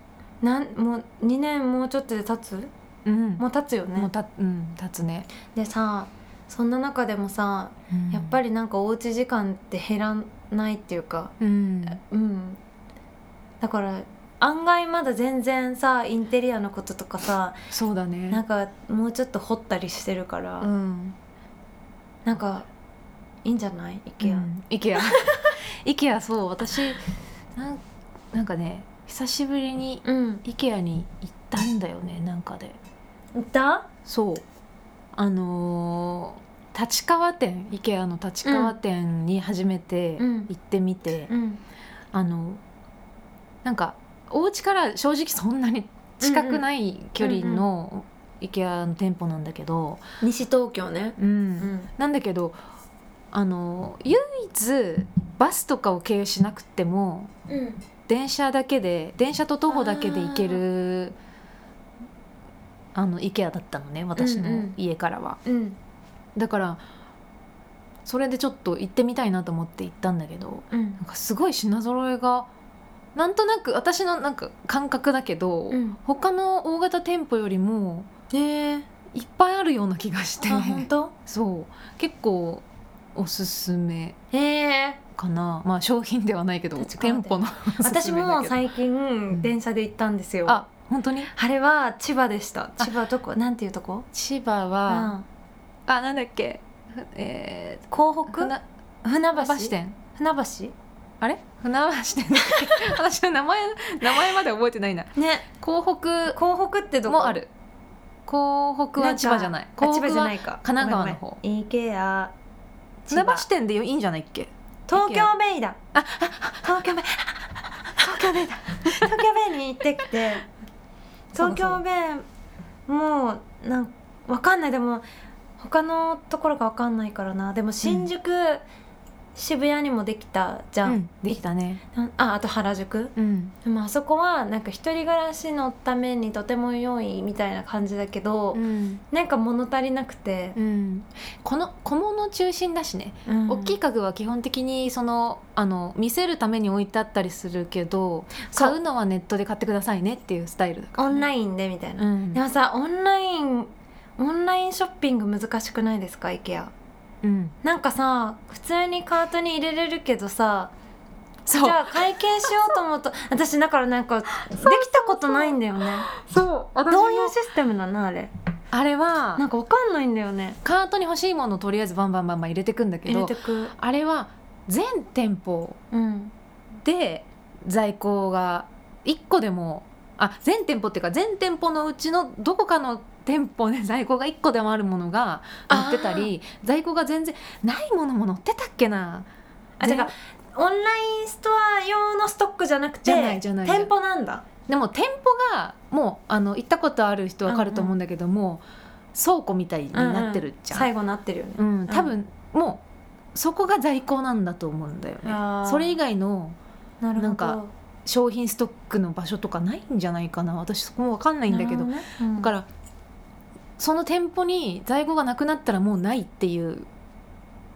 S2: なんもう2年もうちょっとで経つ
S1: うん
S2: もう経つよね
S1: もうたうん経つね
S2: でさそんな中でもさやっぱ
S1: り
S2: りなんかおうち時間って減らないっていうか
S1: うん
S2: うんだから案外まだ全然さインテリアのこととかさ
S1: そうだね
S2: なんかもうちょっと掘ったりしてるから、
S1: うん
S2: なんかいいんじゃない IKEA、
S1: うん、IKEA [laughs] IKEA そう私なんなんかね久しぶりに
S2: うん
S1: IKEA に行ったんだよねなんかで
S2: 行った
S1: そうあのー立川店 IKEA の立川店に初めて
S2: うん
S1: 行ってみて、
S2: うん
S1: あのなんかお家から正直そんなに近くない距離の IKEA の店舗なんだけど、
S2: 西東京ね
S1: うん
S2: うん
S1: なんだけどあの唯一バスとかを経由しなくても
S2: うん
S1: 電車だけで電車と徒歩だけで行けるあの IKEA だったのね私
S2: うんう
S1: の
S2: ん
S1: 家からは、
S2: うん
S1: だからそれでちょっと行ってみたいなと思って行ったんだけど
S2: うん
S1: なんかすごい品揃えがなんとなく私のなんか感覚だけど、
S2: うん
S1: 他の大型店舗よりも
S2: へえ
S1: いっぱいあるような気がして
S2: あ本当
S1: そう結構おすすめ
S2: へえ
S1: かなまあ商品ではないけど
S2: 立川
S1: 店
S2: で
S1: 舗のおすすめだけ
S2: [laughs] 私
S1: ど
S2: も最
S1: ん
S2: 近電車で行ったんですよ、
S1: あ本当に
S2: あれは千葉でした千葉どこなんていうとこ
S1: 千葉は、あなんだっけふえ
S2: うん、港
S1: ー、
S2: 北
S1: 船
S2: 船橋
S1: 橋店
S2: 船
S1: あれ船橋店だっけ [laughs] 私の名前名前まで覚えてないな
S2: 橋ね
S1: 港北
S2: 港北ってどこ
S1: もある港北は千葉じゃない
S2: あ
S1: 港
S2: 千
S1: 北
S2: 葉じゃな
S1: はい
S2: か
S1: 神奈川の方
S2: イケア
S1: 船橋店でいいんじゃないっけ
S2: 東京ベイだ東京ベイ東京ベイだ東京ベイに行ってきて東京ベイもうなんわかんないでも他のところがわかんないからなでも新宿、渋谷にもできたじゃ、
S1: うんんできたね
S2: なんああと原宿
S1: うん
S2: でもあそこはなんか一人暮らしのためにとても良いみたいな感じだけど、
S1: うん、
S2: なんか物足りなくて、
S1: この小物中心だしね
S2: うん
S1: 大きい家具は基本的にそのあの見せるために置いてあったりするけど買うのはネットで買ってくださいねっていうスタイルだか
S2: オ
S1: ら、
S2: ン
S1: ね、
S2: ラインでみたいな、
S1: うん
S2: でもさオンラインオンラインショッピング難しくないですか IKEA
S1: うん、
S2: なんかさ普通にカートに入れれるけどさじ
S1: そう
S2: ゃあ会計しようと思
S1: [laughs]
S2: うと私だからなんかできたことないんだよね
S1: そう私
S2: ど
S1: も
S2: ういうシステムなのあれ
S1: あれは
S2: なんかわかんないんだよね
S1: カートに欲しいものをとりあえずバンバンバンバン入れてくんだけ
S2: 入れ
S1: ど
S2: てく
S1: あれは全店舗
S2: うん
S1: で在庫が1個でもあ全店舗っていうか全店舗のうちのどこかの店舗で [laughs] 在庫が1個でもあるものが載ってたり在庫が全然ないものも載ってたっけな
S2: あ
S1: 全
S2: 違うオンラインストア用のストックじゃなくて
S1: じゃないじゃない
S2: 店舗なんだ
S1: でも店舗がもうあの行ったことある人わかると思うんだけども、倉庫みたいになってるじゃん、
S2: 最後なってるよね
S1: うん多分、もうそこが在庫なんだと思うんだよね
S2: あー
S1: それ以外の
S2: なるほど
S1: なんか商品ストックの場所とかないんじゃないかな私そこもわかんないんだけど
S2: なるほね
S1: だからその店舗に在庫がなくなったらもうないっていう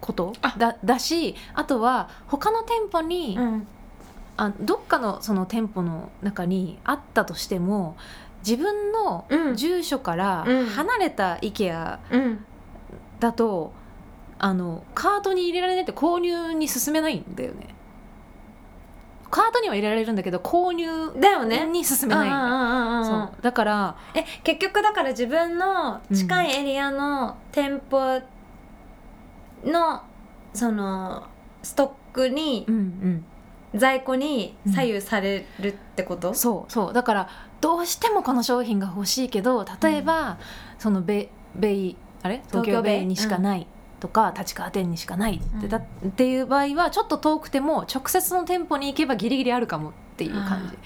S1: ことだだしあとは他の店舗に、
S2: うんうん
S1: あどっかのその店舗の中にあったとしても自分の
S2: うん
S1: 住所から
S2: うん
S1: 離れた IKEA
S2: うん
S1: だと、あのカートに入れられないって購入に進めないんだよねカートには入れられるんだけど購入
S2: だよね
S1: に進めないんだ、
S2: うんうんうんうん
S1: そうだから
S2: え結局だから自分の近いエリアの店舗の、そのストックに
S1: うんうん
S2: 在庫に左右されるってこと、
S1: そうそうだからどうしてもこの商品が欲しいけど例えば、そのベベイあれ東
S2: 東
S1: 京
S2: 京ベイ
S1: ベイにしかないとか、立川店にしかないって,、
S2: うん
S1: だっていう場合はちょっと遠くても直接の店舗に行けばギリギリあるかもっていう感じ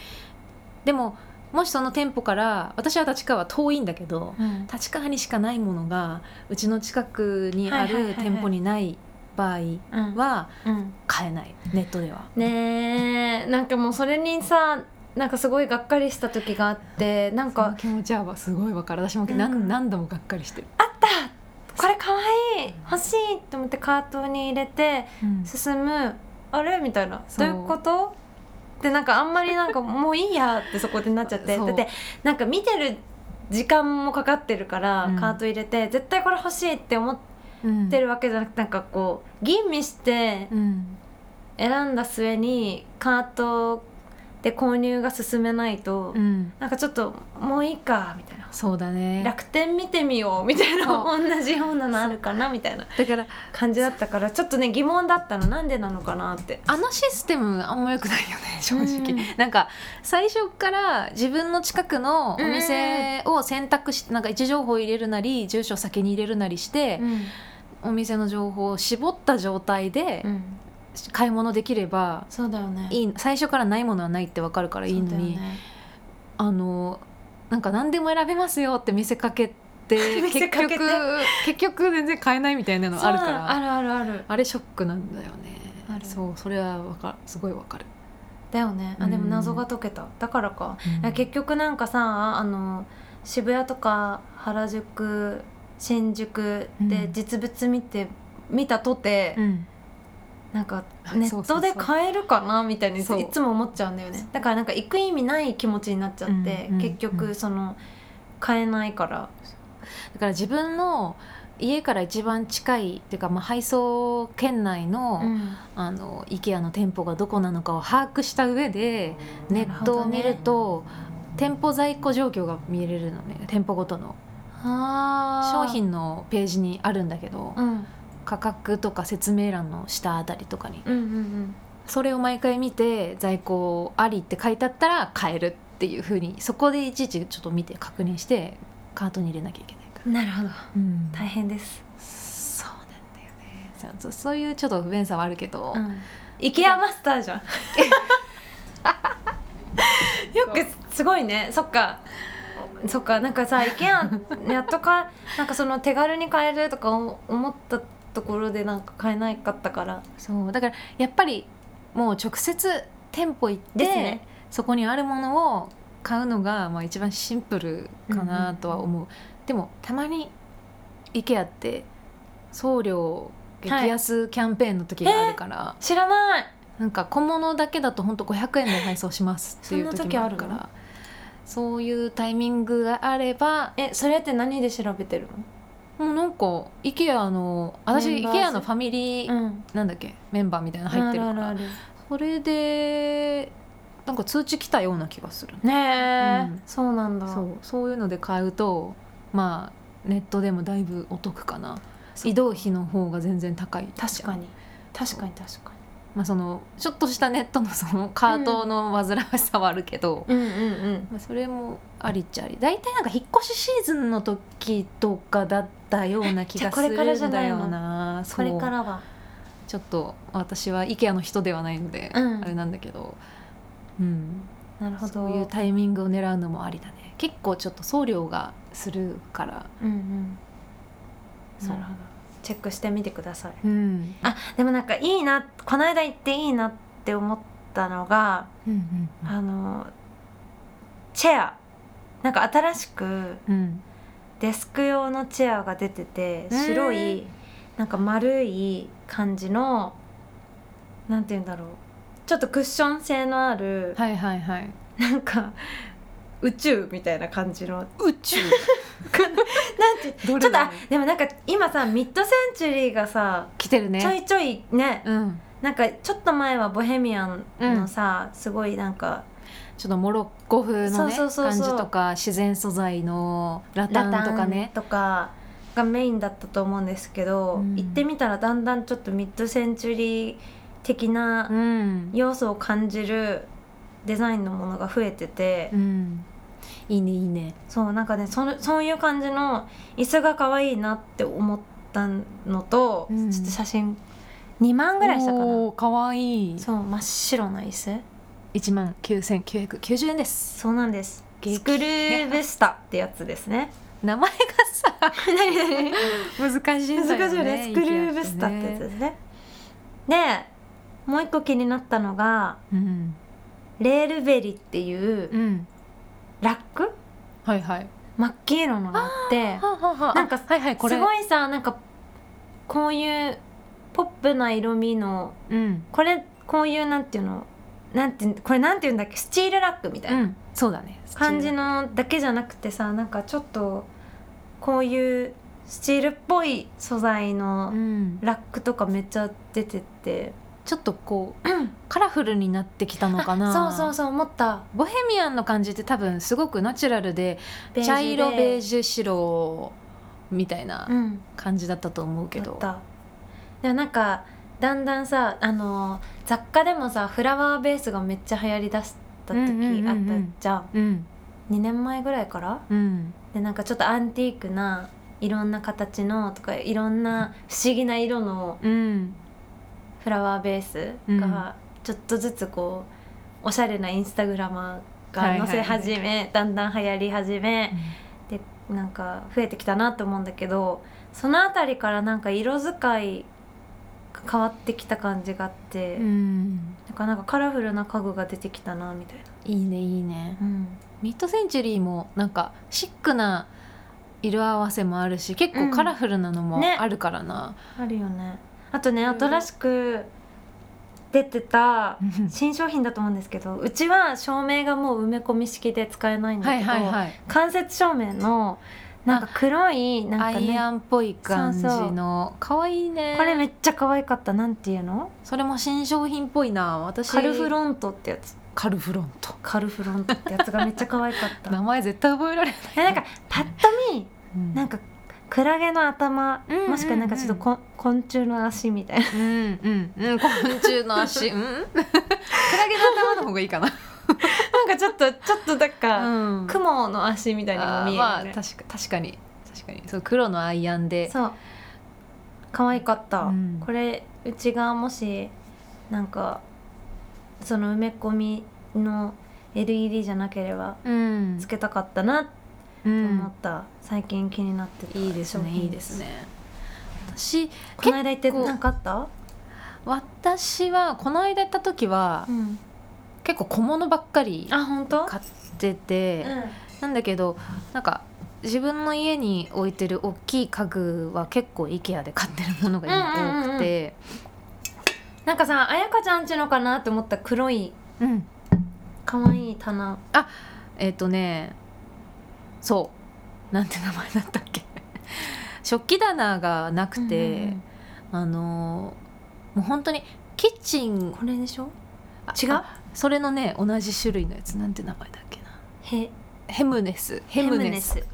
S1: でももしその店舗から私は立川は遠いんだけど立川にしかないものがうちの近くにあ
S2: はいはい
S1: る
S2: はいはい
S1: 店舗にない場合
S2: うん
S1: は
S2: うん
S1: 買えないネットでは。
S2: ねえなんかもうそれにさなんかすごいがっかりした時があってなん
S1: その
S2: か
S1: 気持ちはすごいわかる私も
S2: う
S1: 何
S2: ん
S1: 何度もがっかりしてる。
S2: これかわいい欲しいと思ってカートに入れて進むあれみたいな
S1: そ
S2: ど
S1: う
S2: ういうことでなんかあんまり
S1: [laughs]
S2: なんかもういいやってそこでなっちゃって
S1: そ
S2: だ
S1: う
S2: ってなんか見てる時間もかかってるから、
S1: うん
S2: カート入れて絶対これ欲しいって思っ
S1: うん
S2: てるわけじゃなくてなんかこう吟味して
S1: うん
S2: 選んだ末にカートで購入が進めないと、
S1: うん
S2: なんかちょっともういいかみたいな
S1: そうだね
S2: 楽天見てみようみたいな
S1: そ
S2: 同じようなのあるかなみたいな
S1: だから
S2: 感じだったからちょっとね疑問だったのなんでなのかなって。
S1: あのシステムあんま良くないよね [laughs] 正直、
S2: うん
S1: なんか最初から自分の近くのお店を選択してなんか位置情報を入れるなり住所を先に入れるなりして、お店の情報を絞った状態で
S2: うん
S1: 買い物できれば
S2: そうだよね
S1: い
S2: い
S1: い最初からないものはないって分かるからいいのに、あのなんか何でも選べますよって見せかけて
S2: [laughs] 見せかけ
S1: 結
S2: て
S1: 局結局全然買えないみたいなのあるから
S2: あ
S1: あ
S2: るあるある
S1: れショックなんだよね
S2: ある
S1: そうそれはわかすごいわかる、
S2: だよねあでも謎が解けただからか結局なんかさあの渋谷とか原宿新宿
S1: う
S2: で
S1: ん
S2: 実物見て、見たとて、
S1: うん
S2: なんか
S1: あ
S2: ネ
S1: そ
S2: ッ
S1: うそ
S2: ト
S1: うそう
S2: で買えるかなみたいにい
S1: そう
S2: つも思っちゃうんだよねだからなんか行く意味ない気持ちになっちゃって、
S1: うんうん
S2: 結
S1: う
S2: 局
S1: ん
S2: その買えないから、
S1: だから自分の家から一番近いっていうか、まあ、配送圏内の,、あの IKEA の店舗がどこなのかを把握した上でネットを見ると店舗在庫状況が見れるのね店舗ごとの
S2: あー
S1: 商、品のページにあるんだけど
S2: うん、
S1: 価格とか説明欄の下あたりとかに
S2: うんうん
S1: それを毎回見て在庫ありって書いてあったら買えるっていうふうにそこでいちいちちょっと見て確認してカートに入れなきゃいけないから。
S2: うんなるほど
S1: うん
S2: 大変です、
S1: そうなんだよねそうそうそういうちょっと不便さはあるけど、
S2: うん、IKEA マスターじゃん [laughs] よくすごいねそっかそっかなんかさ [laughs] IKEA やっとかなんかその手軽に買えるとか思ったところでなんか買えなかったから
S1: そうだからやっぱりもう直接店舗行って、
S2: ですね
S1: そこにあるものを買うのがまあ一番シンプルかなとは思う、でもたまに IKEA って送料激安キャンペーンの時があるから、
S2: 知らない
S1: なんか小物だけだと本当500円で配送しますっていう時もあるか
S2: そんな時
S1: らそういうタイミングがあれば
S2: えそれって何で調べてる
S1: もうなんか IKEA の私
S2: メンバーズ
S1: IKEA のファミリー、
S2: の、うん、
S1: なんだっけメンバーみたいなの入ってるから
S2: ある
S1: それでなんか通知来たような気がするね
S2: ねえ、
S1: うん
S2: そうなんだ
S1: そうそういうので買うとまあネットでもだいぶお得かな
S2: そっか
S1: 移動費の方が全然高い
S2: 確か
S1: に、
S2: に確かに確か
S1: まあ、そのちょっとしたネットのそのカートの煩わしさはあるけど、
S2: にうんうん
S1: まあ、それもありっちゃあり大体なんか引っ越しシーズンの時とかだったような気がするんだよな
S2: じゃあこれからじゃないの
S1: そ
S2: こ
S1: う
S2: れからは
S1: ちょっと私は IKEA の人ではないので、
S2: うん
S1: あれなんだけど、うん、
S2: なるほど
S1: そういうタイミングを狙うのもありだね結構ちょっと送料がするから、
S2: うんうん
S1: そう
S2: なるほどチェックしてみてください
S1: うん
S2: あでもなんかいいなこの間行っていいなって思ったのが
S1: うんうん
S2: あのチェアなんか新しく
S1: うん
S2: デスク用のチェアが出てて
S1: うん
S2: 白いなんか丸い感じのなんて言うんだろうちょっとクッション性のある、
S1: はいはいはい
S2: なんか宇宙みたいな
S1: [laughs]
S2: 感じのなんて
S1: 宇宙
S2: 言
S1: どれ
S2: うちょっと
S1: だ
S2: あでもなんか今さミッドセンチュリーがさ
S1: 来てる
S2: ちょ
S1: ね
S2: いちょいね
S1: うん
S2: なんかちょっと前はボヘミアンのさ、すごいなんか
S1: ちょっとモロッコ風のね
S2: そうそうそうそう
S1: 感じとか自然素材のラタンとかね
S2: とかがメインだったと思うんですけど、
S1: うん
S2: 行ってみたらだんだんちょっとミッドセンチュリー的な
S1: うん、
S2: 要素を感じるデザインのものが増えてて、
S1: うん、いいねいいね
S2: そうなんかねそのそういう感じの椅子が可愛いなって思ったのと、
S1: うん
S2: ちょっと写真2万ぐらいしたかな。
S1: おーかわいい
S2: そう真っ白な椅子
S1: 1万9990円です
S2: そうなんです
S1: 激
S2: スクルーブスタってやつですね
S1: 名前がさ
S2: [laughs] 何何
S1: 難しいんだよね
S2: 難しいよねスクルーブスタってやつですねでもう一個気になったのが
S1: うん、
S2: レールベリっていう
S1: うん、
S2: ラック
S1: はいはい
S2: 真っ黄色のがあって
S1: ははは
S2: なんか
S1: はいはいこれ
S2: すごいさなんかこういうポップな色味の
S1: うん、、
S2: これこういうなんていうのなんてこれなんていうんだっけスチールラックみたいうなん
S1: そうだね
S2: 感じのだけじゃなくてさなんかちょっとこういうスチールっぽい素材
S1: う
S2: の
S1: ん、
S2: ラックとかめっちゃ出てて、
S1: ちょっとこうカラフルになってきたのかな
S2: そうそうそう思った
S1: ボヘミアンの感じって多分すごくナチュラルで
S2: ベージュ
S1: 茶
S2: で
S1: 色ベージュ白みたいな
S2: うん
S1: 感じだったと思うけ
S2: だ
S1: ど、
S2: ったでもなんかだんだんさあの雑貨でもさフラワーベースがめっちゃ流行りだした時
S1: うんうんうんうん
S2: あったじゃん,、
S1: うん
S2: 2年前ぐらいから
S1: うん
S2: でなんかちょっとアンティークないろんな形のとかいろんな不思議な色の
S1: うん
S2: フラワーベースがちょっとずつこうおしゃれなインスタグラマーが載せ始め、だんだん流行り始めでなんか増えてきたなと思うんだけどそのあたりからなんか色使いが変わってきた感じがあって、
S1: うん
S2: なんかなんかカラフルな家具が出てきたなみたいな。
S1: いいねいいね
S2: うん
S1: ミッドセンチュリーもなんかシックな色合わせもあるし結構カラフルなの
S2: うん
S1: も
S2: ね
S1: あるからな、
S2: あるよねあとね
S1: うん
S2: 新しく出てた
S1: うん
S2: 新商品だと思うんですけどうちは照明がもう埋め込み式で使えないんだ
S1: は
S2: け
S1: い
S2: ど、
S1: はいはい
S2: 間接照明のなんか黒いな
S1: ア
S2: んか
S1: イ
S2: ね
S1: アンっぽい感じの可愛いね
S2: これめっちゃ可愛かったなんていうの
S1: それも新商品っぽいな私
S2: カルフロントってやつ
S1: カルフロント
S2: カルフロントってやつがめっちゃ可愛か [laughs] った
S1: 名前絶対覚えられない
S2: えなんかパッと見なん
S1: か
S2: かクラゲの頭、
S1: うんうんうん
S2: もしくはなんかちょっとこん昆虫の足みたいな
S1: うんうんうん昆虫の足うんクラゲの頭の方がいいかな
S2: [laughs] なんかちょっとちょっとなんか、
S1: うん
S2: 雲の足みたいにも
S1: あ
S2: 見え
S1: ー
S2: る、ね
S1: まあ確か確かに確かにそう黒のアイアンで
S2: そう可愛かった、
S1: うん
S2: これうちがもしなんかその埋め込みの LED じゃなければ
S1: うん
S2: つけたかったな
S1: う
S2: と思っ
S1: ん
S2: た、最近気になってた
S1: いいです
S2: 商
S1: ね
S2: 品
S1: いいですね私
S2: この間行って
S1: 結構
S2: 何かあった、
S1: 私はこの間行った時は
S2: ん、
S1: 結構小物ばっかり
S2: あ本当
S1: 買ってて、
S2: う
S1: なんだけどなんか自分の家に置いてる大きい家具は結構 IKEA で買ってるものが今多くて、
S2: ん、なんかさ彩香ちゃんちのかなって思った黒い
S1: うん
S2: 可愛い棚
S1: えっ、とねそうなんて名前だったっけ食器棚がなくて、
S2: うんうんうん
S1: あのーもう本当にキッチン
S2: これでしょ
S1: あ
S2: 違う
S1: あそれのね同じ種類のやつなんて名前だっけな
S2: ヘ
S1: ヘムネスヘムネス
S2: ヘム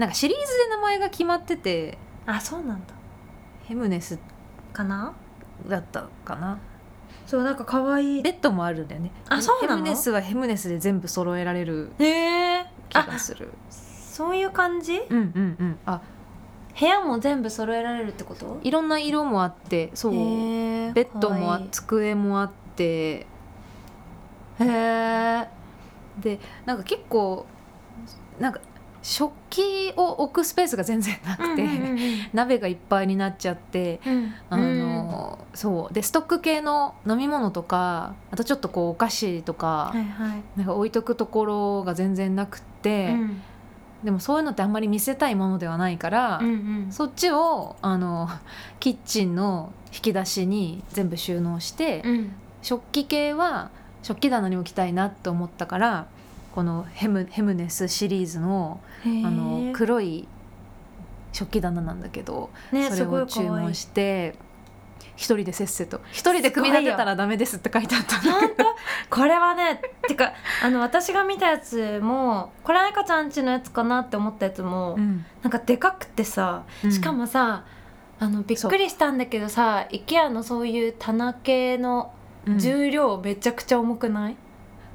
S1: なんかシリーズで名前が決まってて
S2: あそうなんだ
S1: ヘムネス
S2: かな
S1: だったかな
S2: そうなんか可愛い
S1: ベッドもあるんだよね
S2: あそうなの
S1: ヘムネスはヘムネスで全部揃えられる
S2: へえ
S1: 気
S2: あ
S1: がする
S2: そういう感じ
S1: うんうんうんあ
S2: 部屋も全部揃えられるってこと
S1: いろんな色もあってそうベ
S2: へ
S1: ッドもあ
S2: っ
S1: 机もあって
S2: へえ
S1: でなんか結構なんか食器を置くスペースが全然なくて、鍋がいっぱいになっちゃってあの、そうでストック系の飲み物とかあとちょっとこうお菓子とか,、
S2: はいはい
S1: なんか置いとくところが全然なくって、
S2: うん
S1: でもそういうのってあんまり見せたいものではないから、
S2: うんうん
S1: そっちをあのキッチンの引き出しに全部収納して、
S2: うん
S1: 食器系は食器棚に置きたいなと思ったからこのヘムヘムネスシリーズの
S2: へえ
S1: あの黒い食器棚なんだけど。
S2: ね
S1: そ
S2: す
S1: れ
S2: ご
S1: を
S2: い
S1: 注
S2: 可愛い
S1: 文して一人でせっせと一人で組み立てたらダメですって書いてあったの
S2: 本当これはねてかあの私が見たやつもこれあいかちゃんちのやつかなって思ったやつも、なんかでかくてさ
S1: うん
S2: しかもさ、あのびっくりしたんだけどさ IKEA のそういう棚系の
S1: うん
S2: 重量めちゃくちゃ重くない、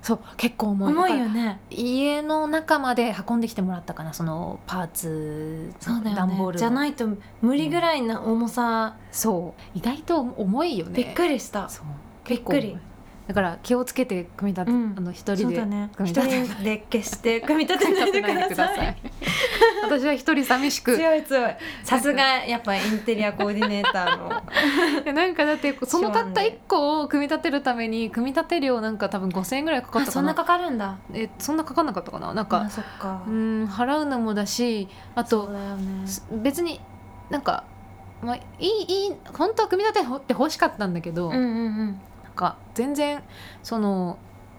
S1: そう結構重い
S2: 重い
S1: だ
S2: よ
S1: から
S2: ね
S1: 家の中まで運んできてもらったかなそのパーツ
S2: そうだよ
S1: 段ボー
S2: ね
S1: ル
S2: じゃないいと無理ぐらいな重さ、
S1: そう意外と重いよね
S2: びっくりした
S1: そう
S2: びっくり
S1: だから気をつけて組み立て、
S2: うん
S1: あの一
S2: そ
S1: 人
S2: う
S1: で
S2: だね
S1: 組み
S2: 一
S1: 立て
S2: 人で決
S1: [laughs]
S2: して組み立てない
S1: 組み
S2: でく
S1: 立てないでく
S2: だ
S1: だ
S2: さ
S1: さ [laughs]
S2: い
S1: い私は一人寂しく
S2: 強い強いさすがやっぱインテリアコーディネーターの
S1: なんかだってそのたった1個を組み立てるために組み立て料なんか多分5,000円ぐらいかかったかな
S2: かるんだ
S1: えそんなかかんなかったかななん
S2: あ
S1: か
S2: そっか
S1: うん払うのもだしあ
S2: そう
S1: と
S2: だよね
S1: す別になんか、まあ、いいいい本当は組み立てて欲しかったんだけど、
S2: うんうんうん
S1: なんか全然その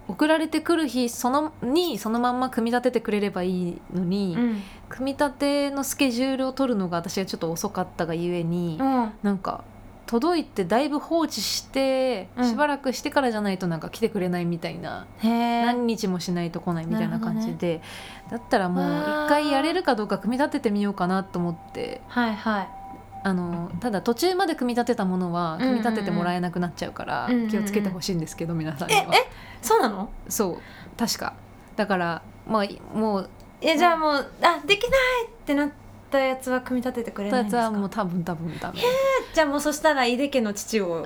S1: 送られてくる日そのにそのまんま組み立ててくれればいいのに、
S2: うん
S1: 組み立てのスケジュールを取るのが私はちょっと遅かったがゆえに、
S2: うん
S1: なんか届いてだいぶ放置して、
S2: うん
S1: しばらくしてからじゃないとなんか来てくれないみたいな、
S2: へえ
S1: 何日もしないと来ないみたいな感じで、だったらもう
S2: わあ
S1: 一回やれるかどうか組み立ててみようかなと思って
S2: はいはい
S1: あのただ途中まで組み立てたものは
S2: うんうん
S1: 組
S2: う
S1: み
S2: ん
S1: 立ててもらえなくなっちゃうから、
S2: うんうんうん
S1: 気をつけてほしいんですけど皆さんに
S2: え
S1: は。
S2: えそうなの
S1: そう確かだからまあいもう
S2: いやじゃあもうあできないってなったやつは組み立ててくれない
S1: た
S2: んで
S1: つ
S2: すか
S1: はもう多分多分多分
S2: じゃあもうそしたら井出家の
S1: [laughs]
S2: 父を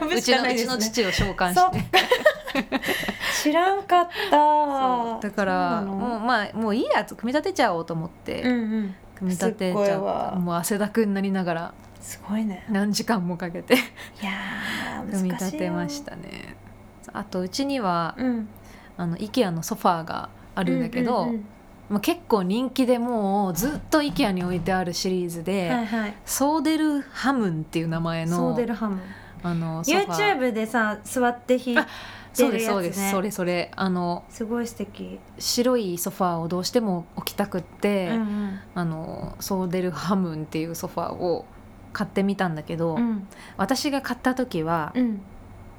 S2: 呼ぶ
S1: う
S2: し
S1: ち
S2: か
S1: の
S2: な
S1: う
S2: いで
S1: ち
S2: す
S1: の
S2: ね
S1: 父を召喚して
S2: 知らんかった
S1: そうだから
S2: そうなの
S1: もうまあもういいやつ組み立てちゃおうと思って、
S2: うんうん
S1: 組み立てち
S2: すっごい
S1: ゃっ
S2: わ
S1: たもう汗だくになりながら
S2: すごいね
S1: 何時間もかけて
S2: いやー難しい
S1: 組み
S2: よ
S1: 立てましたねあとうちには
S2: うん
S1: あの IKEA のソファーがあ
S2: あ
S1: るんだけど、まあ、結構人気でもうずっと IKEA に置いてあるシリーズで、
S2: はいはい
S1: ソーデルハムンっていう名前
S2: ソ
S1: の
S2: ーデルハム
S1: あのソファー
S2: YouTube でさ座って弾い
S1: あそう
S2: 出
S1: です
S2: るやつね
S1: そうです、それそれあの
S2: すごい素敵
S1: 白いソファーをどうしても置きたくって、
S2: うん
S1: あのソーデルハムンっていうソファーを買ってみたんだけど、
S2: うんうん
S1: 私が買った時は、
S2: うん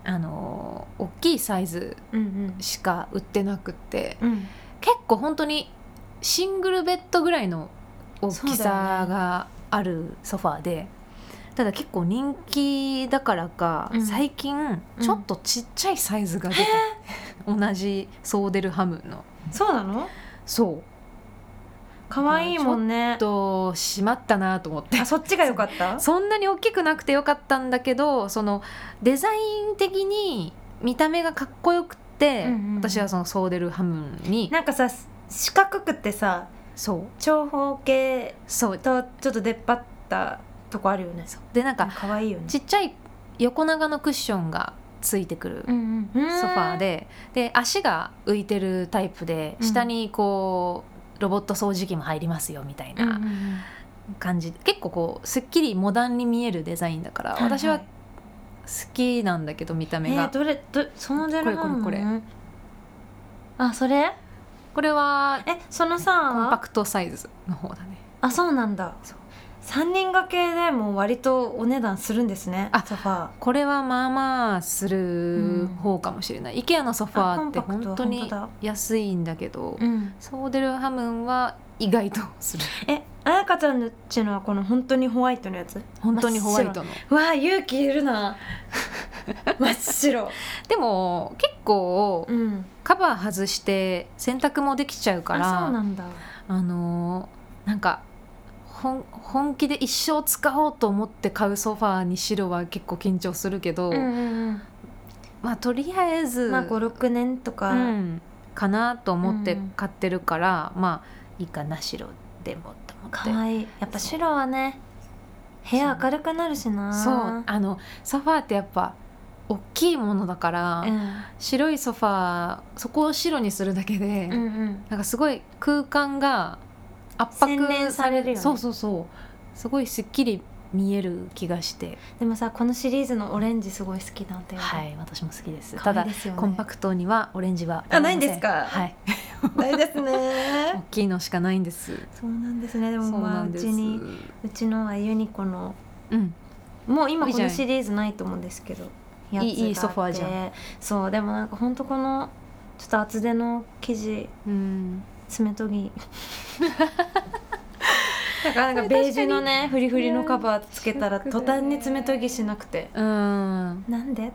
S1: あの大きいサイズ
S2: うんうん
S1: しか売ってなくて
S2: うん
S1: 結構本当にシングルベッドぐらいの大きさがあるソファーで、ただ結構人気だからか、
S2: うん
S1: 最近ちょっとちっちゃいサイズが出た、
S2: [laughs]
S1: 同じソーデルハムの
S2: そうなの
S1: そう
S2: 可愛いもんね
S1: えっとしまったなと思って
S2: あそっちが良かった
S1: そんなに大きくなくてよかったんだけどそのデザイン的に見た目がかっこよくて、
S2: うんうんうん
S1: 私はそのソーデルハムに
S2: なんかさ四角くてさ
S1: そう
S2: 長方形
S1: そう
S2: とちょっと出っ張ったとこあるよね
S1: そうでなんか
S2: 可愛いよね
S1: ちっちゃい横長のクッションがついてくる
S2: う
S1: ソ
S2: ん
S1: ファーでで足が浮いてるタイプで
S2: うん
S1: 下にこうロボット掃除機も入りますよみたい
S2: うんうんう
S1: なん感じ結構こうすっきりモダンに見えるデザインだから私は好きなんだけど見た
S2: い
S1: 目
S2: い
S1: が
S2: え。どれどそのゼロ
S1: これこれこ
S2: あそれ
S1: これは
S2: えその
S1: コンパ
S2: さ
S1: クトサイズの方だね
S2: あそうなんだ
S1: そう
S2: 三人掛けでも割とお値段するんですね
S1: あ
S2: ソファー
S1: これはまあまあする方かもしれない、IKEA のソファーって
S2: あコンパクト
S1: 本当に
S2: 本当だ
S1: 安いんだけど
S2: うん
S1: ソーデルハムンは意外とする
S2: え彩香ちゃんのちのはこの本当にホワイトのやつ
S1: 本当にホワイトの
S2: わあ勇気いる [laughs] な真っ白
S1: でも結構
S2: うん
S1: カバー外して洗濯もできちゃうから
S2: あそうなんだ
S1: あのーなんか本本気で一生使おうと思って買うソファーに白は結構緊張するけど、
S2: うんうん
S1: まあとりあえ
S2: う
S1: ず、
S2: んまあ56年とか、
S1: うん、かなと思って
S2: うん
S1: 買ってるから、まあいいかな白でもと思
S2: かわ
S1: って
S2: いいやっぱ白はね部屋明るくなるしな
S1: そうあのソファーってやっぱ大きいものだから、
S2: うん
S1: 白いソファーそこを白にするだけで、
S2: うんうん
S1: なんかすごい空間が圧迫
S2: 洗練されるよね
S1: そうそうそうすごいすっきり見える気がして、
S2: でもさこのシリーズのオレンジすごい好きなんだよね
S1: はい私も好きです
S2: 可
S1: た
S2: 愛い
S1: だ
S2: ですよね
S1: コンパクトにはオレンジは
S2: あないんですか
S1: はい
S2: ないです
S1: [laughs] 大
S2: ね
S1: きいのしかないんです
S2: そうなんですねで
S1: そ
S2: も
S1: う
S2: ま
S1: な
S2: あうん
S1: です
S2: ちにうちのはユニコの
S1: うん
S2: もう今
S1: いい
S2: こ
S1: じゃん
S2: のシリーズないと思うんですけど
S1: いいいいソファーじゃ
S2: んそうでもなんかほんとこのちょっと厚手の生地
S1: うん
S2: 爪
S1: [laughs]
S2: 研ぎだからなんかベージュのねフリフリのカバーつけたら
S1: ショック
S2: 途
S1: だね
S2: 端に爪研ぎしなくて
S1: うん
S2: な
S1: [laughs]
S2: んで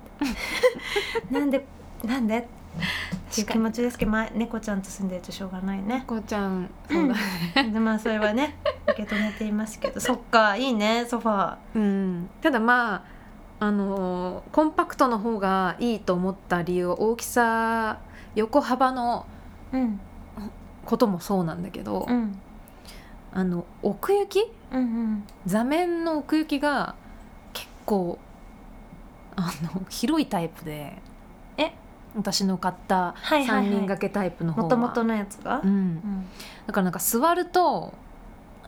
S2: なんでなんでっていう気持ちですけど、まあ、猫ちゃんと住んでるとしょうがないね
S1: こうちゃん
S2: う
S1: そ
S2: ん
S1: うだね
S2: でまあそれは
S1: [laughs]
S2: ね受け止めていますけどそっかいいねソファ
S1: う
S2: ー
S1: んただまああのーコンパクトの方がいいと思った理由は大きさ横幅の
S2: うん
S1: こともそうなんだけど、
S2: うん
S1: あの奥行き
S2: うんうん
S1: 座面の奥行きが結構あの広いタイプで
S2: え
S1: 私の買った
S2: はいはいは
S1: 3
S2: い
S1: 人掛けタイプの方は
S2: もともとのやつが
S1: うん
S2: う、ん
S1: だからなんか座ると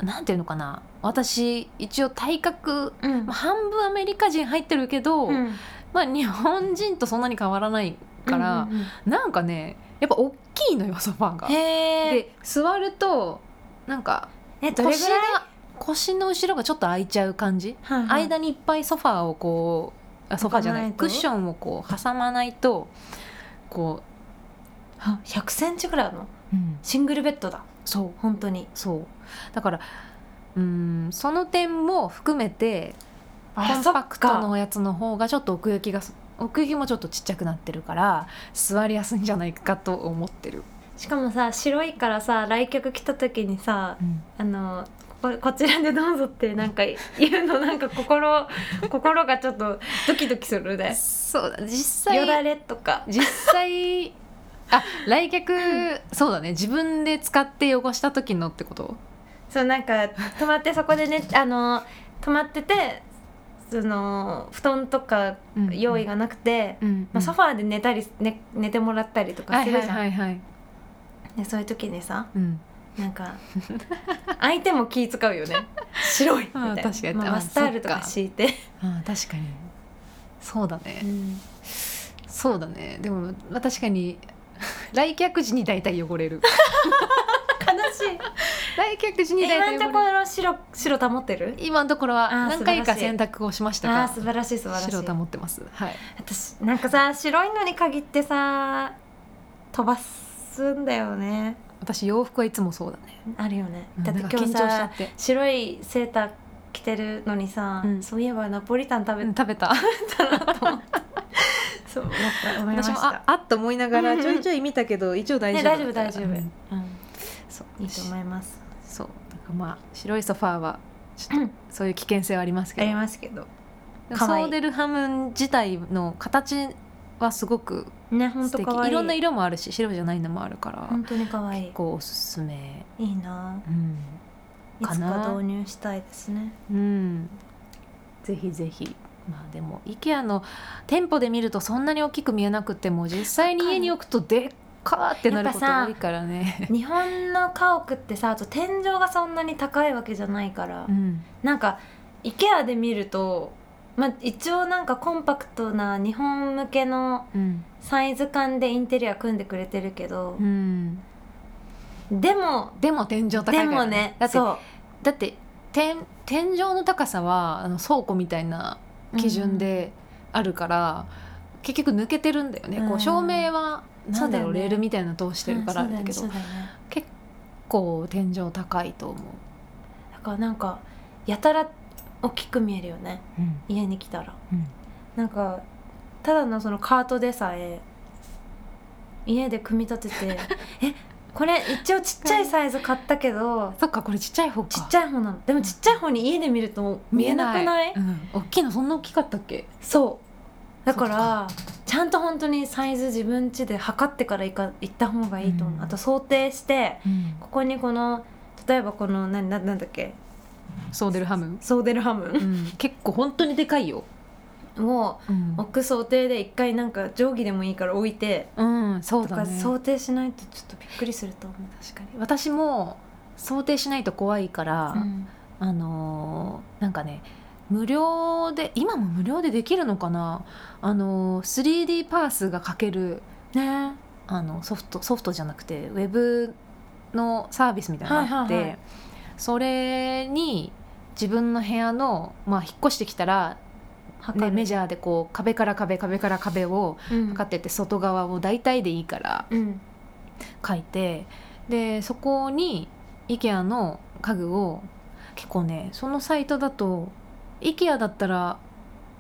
S1: なんていうのかな私一応体格、
S2: うん
S1: まあ、半分アメリカ人入ってるけど、
S2: うん
S1: まあ、日本人とそんなに変わらないから、
S2: うんうんうん
S1: なんかねやっぱ大きいのよソファーが。
S2: へえ
S1: で座るとなんか
S2: えどれ
S1: 腰
S2: ぐらい
S1: が腰の後ろがちょっと空いちゃう感じ、
S2: はいはい
S1: 間にいっぱいソファーをこうあソファーじゃな
S2: 置かないいと
S1: クッションをこう挟まないとこ
S2: あ100センチぐらいあるの
S1: う、
S2: シングルベッドだ
S1: そう
S2: 本当に
S1: そうだからうーんその点も含めてコンパクトのやつの方がちょっと奥行きが奥行きもちょっとちっちゃくなってるから座りやすいんじゃないかと思ってる、
S2: しかもさ白いからさ来客来た時にさあのここちらでどうぞってなん [laughs] か言うのなんか心心がちょっとドキドキするね
S1: そうだ実
S2: よだ
S1: 際
S2: れとか
S1: 実際あ来客、そうだね自分で使って汚した時のってこと
S2: そうなんか泊まってそこでねあの泊まっててその布団とか用意がなくて、
S1: うん
S2: まあ、ソファーで寝たり、ね、寝てもらったりとか
S1: は
S2: す
S1: い
S2: る
S1: は
S2: じゃ
S1: い
S2: ん、
S1: はいはい、
S2: でそういう時にさ
S1: うん、
S2: なんか相手も気使う
S1: [laughs]
S2: よね白いみたい
S1: あー
S2: な
S1: 確かに
S2: まあ
S1: あー
S2: マスタールと
S1: そ
S2: か
S1: っか
S2: 敷いて、
S1: あー確かにそうだね、
S2: うん
S1: そうだねでもまあ確かに [laughs] 来客時に大体汚れる
S2: 悲しい
S1: 来客時に大体
S2: 今のと
S1: 汚
S2: こ
S1: れる
S2: ろ白白保ってる
S1: 今のところは
S2: あー
S1: 何回か
S2: 素晴らし
S1: 選
S2: い
S1: 択をしました
S2: ああ
S1: が
S2: 素晴らしい素晴らしい
S1: 白保ってますはい
S2: 私なんかさ白いのに限ってさ飛ばすんだよね
S1: 私洋服はいつもそうだね
S2: あるよね
S1: うん
S2: だって
S1: な
S2: 今
S1: んか緊
S2: 日
S1: 張しちゃ
S2: さ
S1: って
S2: 白いセーター着てるのにさ、
S1: うん
S2: そういえばナポリタン食べ
S1: うん
S2: て
S1: 食べた
S2: そう思った思いま
S1: 私
S2: し
S1: もあ
S2: た
S1: あっと思いながらちょいちょい見たけど一応大丈
S2: ね
S1: 夫だっ
S2: 大
S1: た
S2: 丈
S1: から
S2: 夫大丈夫、うん
S1: うんそう
S2: いいと思います
S1: そうなんかまあ白いソファーはちょっと
S2: うん
S1: そういう危険性はありますけ
S2: あ
S1: ど
S2: りますけど
S1: でもソ
S2: 可愛い
S1: ーデルハム自体の形はすごく
S2: ね本
S1: 素
S2: 当
S1: 敵
S2: 可愛い
S1: いろんな色もあるし白じゃないのもあるから、
S2: 本当に可愛い
S1: 結構おすすめ
S2: いいな
S1: うん、
S2: い
S1: か
S2: つ
S1: な
S2: か導入したいですね
S1: うん、ぜひぜひまあでも IKEA の店舗で見るとそんなに大きく見えなくても実際に家に置くとでっかーってなること
S2: やっぱさ
S1: 多いからね、
S2: 日本の家屋ってさあと天井がそんなに高いわけじゃないから、
S1: うん、
S2: なんか IKEA で見ると、まあ、一応なんかコンパクトな日本向けの
S1: うん
S2: サイズ感でインテリア組んでくれてるけど
S1: う、ん、
S2: でも
S1: でも天井高いか
S2: で
S1: ら
S2: もね
S1: だって
S2: そ
S1: だって天天井の高さはあの倉庫みたいな
S2: う
S1: 基準、であるから、結局抜けてるんだよね、こ
S2: う
S1: うん照明はなんだろ
S2: そうだ
S1: う
S2: よね
S1: レールみたいなの通し
S2: して
S1: るからあれだけど、
S2: そうだよねそうだよね
S1: こう天井高いと思う、
S2: だからなんかやたら大きく見えるよね家に来たら
S1: うん
S2: なんかただのそのカートでさえ家で組み
S1: [laughs]
S2: 立ててえこれ一応ちっちゃいサイズ買ったけど
S1: そっかこれちっちゃい方か
S2: ちっちゃい方なのでもちっちゃい方に家で見ると見えなくない
S1: うん大きいのそんな大きかったっけ
S2: そうだからちゃんと本当にサイズ自分家で測ってから行か行った方がいいと思う、
S1: うん
S2: あと想定して
S1: うん
S2: ここにこの例えばこの何なんだっけ
S1: ソーデルハム、
S2: ソーデルハム
S1: うん、結構本当にでかいよ、
S2: を
S1: うん
S2: 置く想定で一回なんか定規でもいいから置いて
S1: そう
S2: と
S1: だ
S2: か
S1: ね
S2: 想定しないとちょっとびっくりすると思う
S1: 確かに私も想定しないと怖いから、あのーなんかね無料で今も無料でできるのかなあのー 3D パースがかける
S2: ね
S1: あのソフトソフトじゃなくてウェブのサービスみたいなのがあって、
S2: はいはいはい
S1: それに自分の部屋の、まあ、引っ越してきたら、ね、メジャーでこう壁から壁壁から壁を
S2: ャー
S1: 測ってって外側を大体でいいから
S2: うん
S1: 書いてでそこに IKEA の家具を結構ねそのサイトだと IKEA だったら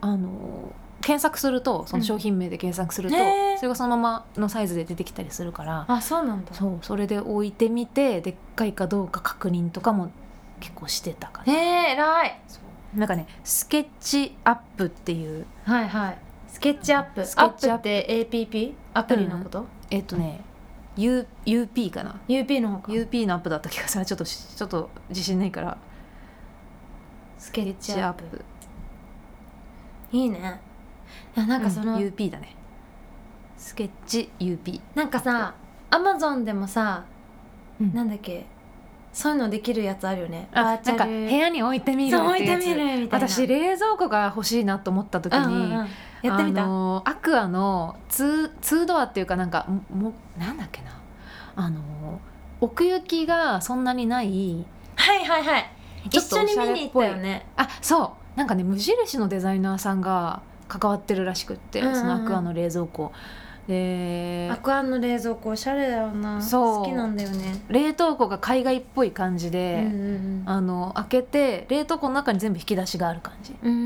S1: あの検索するとその商品名で検索すると、
S2: うんへー
S1: それがそのままのサイズで出てきたりするから
S2: あそうなんだ
S1: そうそれで置いてみてでっかいかどうか確認とかも結構してたか
S2: え
S1: ら、
S2: え偉い
S1: そうなんかねスケッチアップっていう
S2: はいはいスケッチアップ
S1: スケッチアップ
S2: アって APP アプリのこと、
S1: えっとね、U、UP かな
S2: UP の方か
S1: UP のアップだった気がするちょっとしちょっと自信ないから
S2: スケ
S1: スケッ
S2: ッ
S1: チ
S2: チ
S1: ア
S2: ア
S1: ッ
S2: ッ
S1: プ
S2: プいいねいやなんかその、
S1: うん UP だねスケッチ UP、
S2: なんかさアマゾンでもさ
S1: うん
S2: なんだっけそういうのできるやつあるよね
S1: あ
S2: バーチ
S1: なん
S2: ャ
S1: か
S2: ル
S1: 部屋に置いてみる
S2: そう
S1: っ
S2: 置
S1: て
S2: い
S1: いう
S2: て
S1: や
S2: み
S1: つ
S2: るみたいな
S1: 私冷蔵庫が欲しいなと思った時
S2: うん
S1: に、
S2: うんうんやってみた
S1: あのーアクアのツーツードアっていうかなんかもなんだっけなあのー奥行きがそんなにない
S2: はいはいはい
S1: ち
S2: 一
S1: ょっと
S2: 緒
S1: お
S2: に
S1: しゃ
S2: 見
S1: れ
S2: に行ったよね
S1: あそうなんかね無印のデザイナーさんが関わってるらしくって、
S2: うんうんうん
S1: そのアクアの冷蔵庫で
S2: アクアの冷蔵庫おしゃれだよな
S1: そう
S2: 好きなんだよね
S1: 冷凍庫が海外っぽい感じ
S2: う
S1: で、
S2: ん
S1: あの開けて冷凍庫の中に全部引き出しがある感じ、
S2: うんう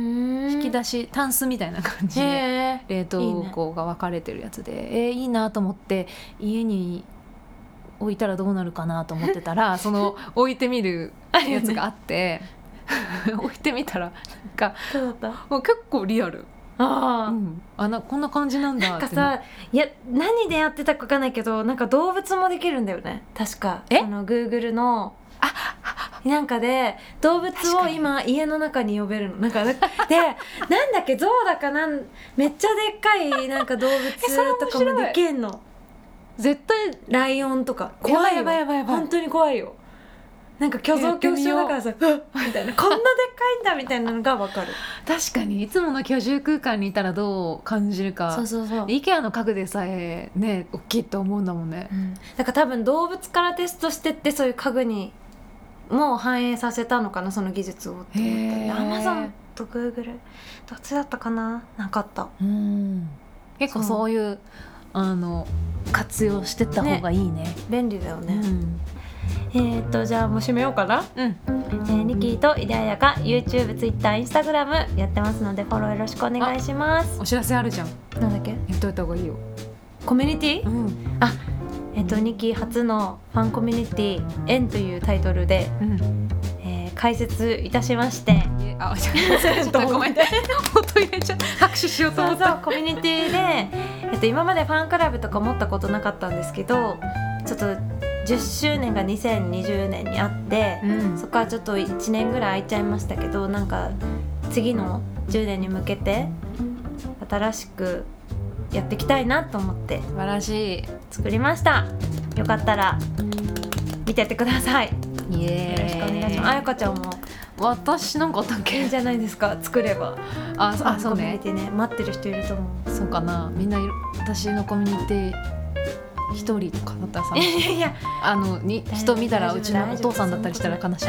S2: ん
S1: 引き出
S2: し
S1: しタンスみたいな感じ
S2: へ
S1: で、
S2: え
S1: 冷凍庫が分かれてるやつでえーいいなと思って家に置いたらどうなるかなと思ってた [laughs] らその置いてみるやつがあって、 [laughs] 置いてみたらなんか
S2: どうだったあ
S1: もう結構リアル、う
S2: あ
S1: ん、あなこんな感じなんだ
S2: なん
S1: って
S2: かさいや何でやってたかわかんないけどなんか動物もできるんだよね確か
S1: え
S2: あのグーグルのなんかで動物
S1: 確
S2: を
S1: かに
S2: 今家の中に呼べるのなん
S1: [laughs]
S2: かだでなんだっけ象だかなんめっちゃでっかいなんか動
S1: それ面
S2: 物と
S1: 白い
S2: かもできんの
S1: 絶対
S2: ライオンとか怖いよ
S1: やばいやばいやばい
S2: 本当に怖いよなんか巨像恐怖症だからさ「うわっみたいなこんなでっかいんだみたいなのがわかる
S1: 確かにいつもの居住空間にいたらどう感じるか
S2: [laughs] そうそうそう、
S1: イケアの家具でさえね大きいと思うんだもんね
S2: うん、だから多分動物からテストしてってそういう家具にもう反映させたのかなその技術をって
S1: へー
S2: 思ったアマゾンとグーグルどっちだったかななかった
S1: うん結構そういうあの活用してった方がいいね
S2: 便利だよね、
S1: うん
S2: えー、っとじゃあもう締めようかな、
S1: うん
S2: えー、ニキーとイデアヤが YouTube、Twitter、Instagram やってますのでフォローよろしくお願いします
S1: お知らせあるじゃん
S2: なんだっけ
S1: 言っといた方がいいよ、
S2: コミュニティ
S1: ん
S2: えー、っとニキー初のファンコミュニティ「円」というタイトルで、
S1: うん、
S2: えー、開設いたしまして
S1: えあ [laughs] ちょっとごめん音入れちゃった拍手しようと
S2: そ
S1: 思
S2: う
S1: っ
S2: そ
S1: た
S2: うコミュニティで、えっと、今までファンクラブとか持ったことなかったんですけどちょっと10周年が2020年にあって、
S1: うん
S2: そこはちょっと1年ぐらい空いちゃいましたけどなんか次の10年に向けて新しくやっていきたいなと思って
S1: 素晴らしい
S2: 作りましたよかったら見てってくださいよ
S1: イエ
S2: ろしくお願いしますあやかちゃんも
S1: 私なんかあったっ
S2: いい
S1: け
S2: んじゃないですか作れば
S1: ああそう
S2: コミュニ
S1: ね
S2: ティね待ってる人いると思う
S1: そうかなみんないる私のコミュニティ一人とかだったらさ
S2: い [laughs] やいやいや
S1: あのに人見たら
S2: 大丈夫
S1: うちのお父さんだったりしたら悲し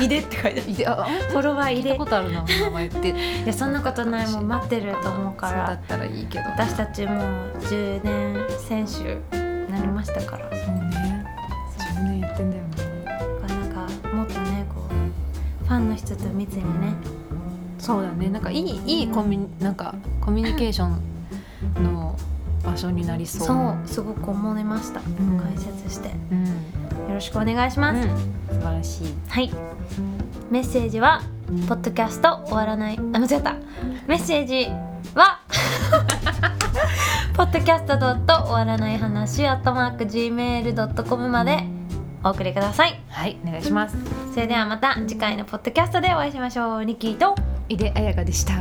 S1: い
S2: 「いで」って書いてある
S1: いであ
S2: フォロワー
S1: 聞
S2: 入
S1: い
S2: れ
S1: たことあるな名前って
S2: いやそんなことないもう待ってると思うか
S1: そうだ
S2: ら
S1: ったらいいけど
S2: 私たちもう10年選手になりましたから
S1: そうね10年やってんだよね
S2: なんかもっとねこうファンの人と密にね
S1: そうだねなんかいいいいコミュなんかコミュニケーションの場所になりそう
S2: そうすごく思いました、
S1: ん
S2: 解説してよ
S1: うん、
S2: ろしくお願いし
S1: う
S2: ます、
S1: ん、素晴らしい
S2: はいメッセージは「ポッドキャスト終わらない」あ間違ったメッセージは [laughs] 「ポッドキャストドット終わらない話」「アットマーク Gmail.com」までお送りください
S1: はいお願いします
S2: それではまた次回のポッドキャストでお会いしましょう。ニッキーと
S1: 井出彩香でした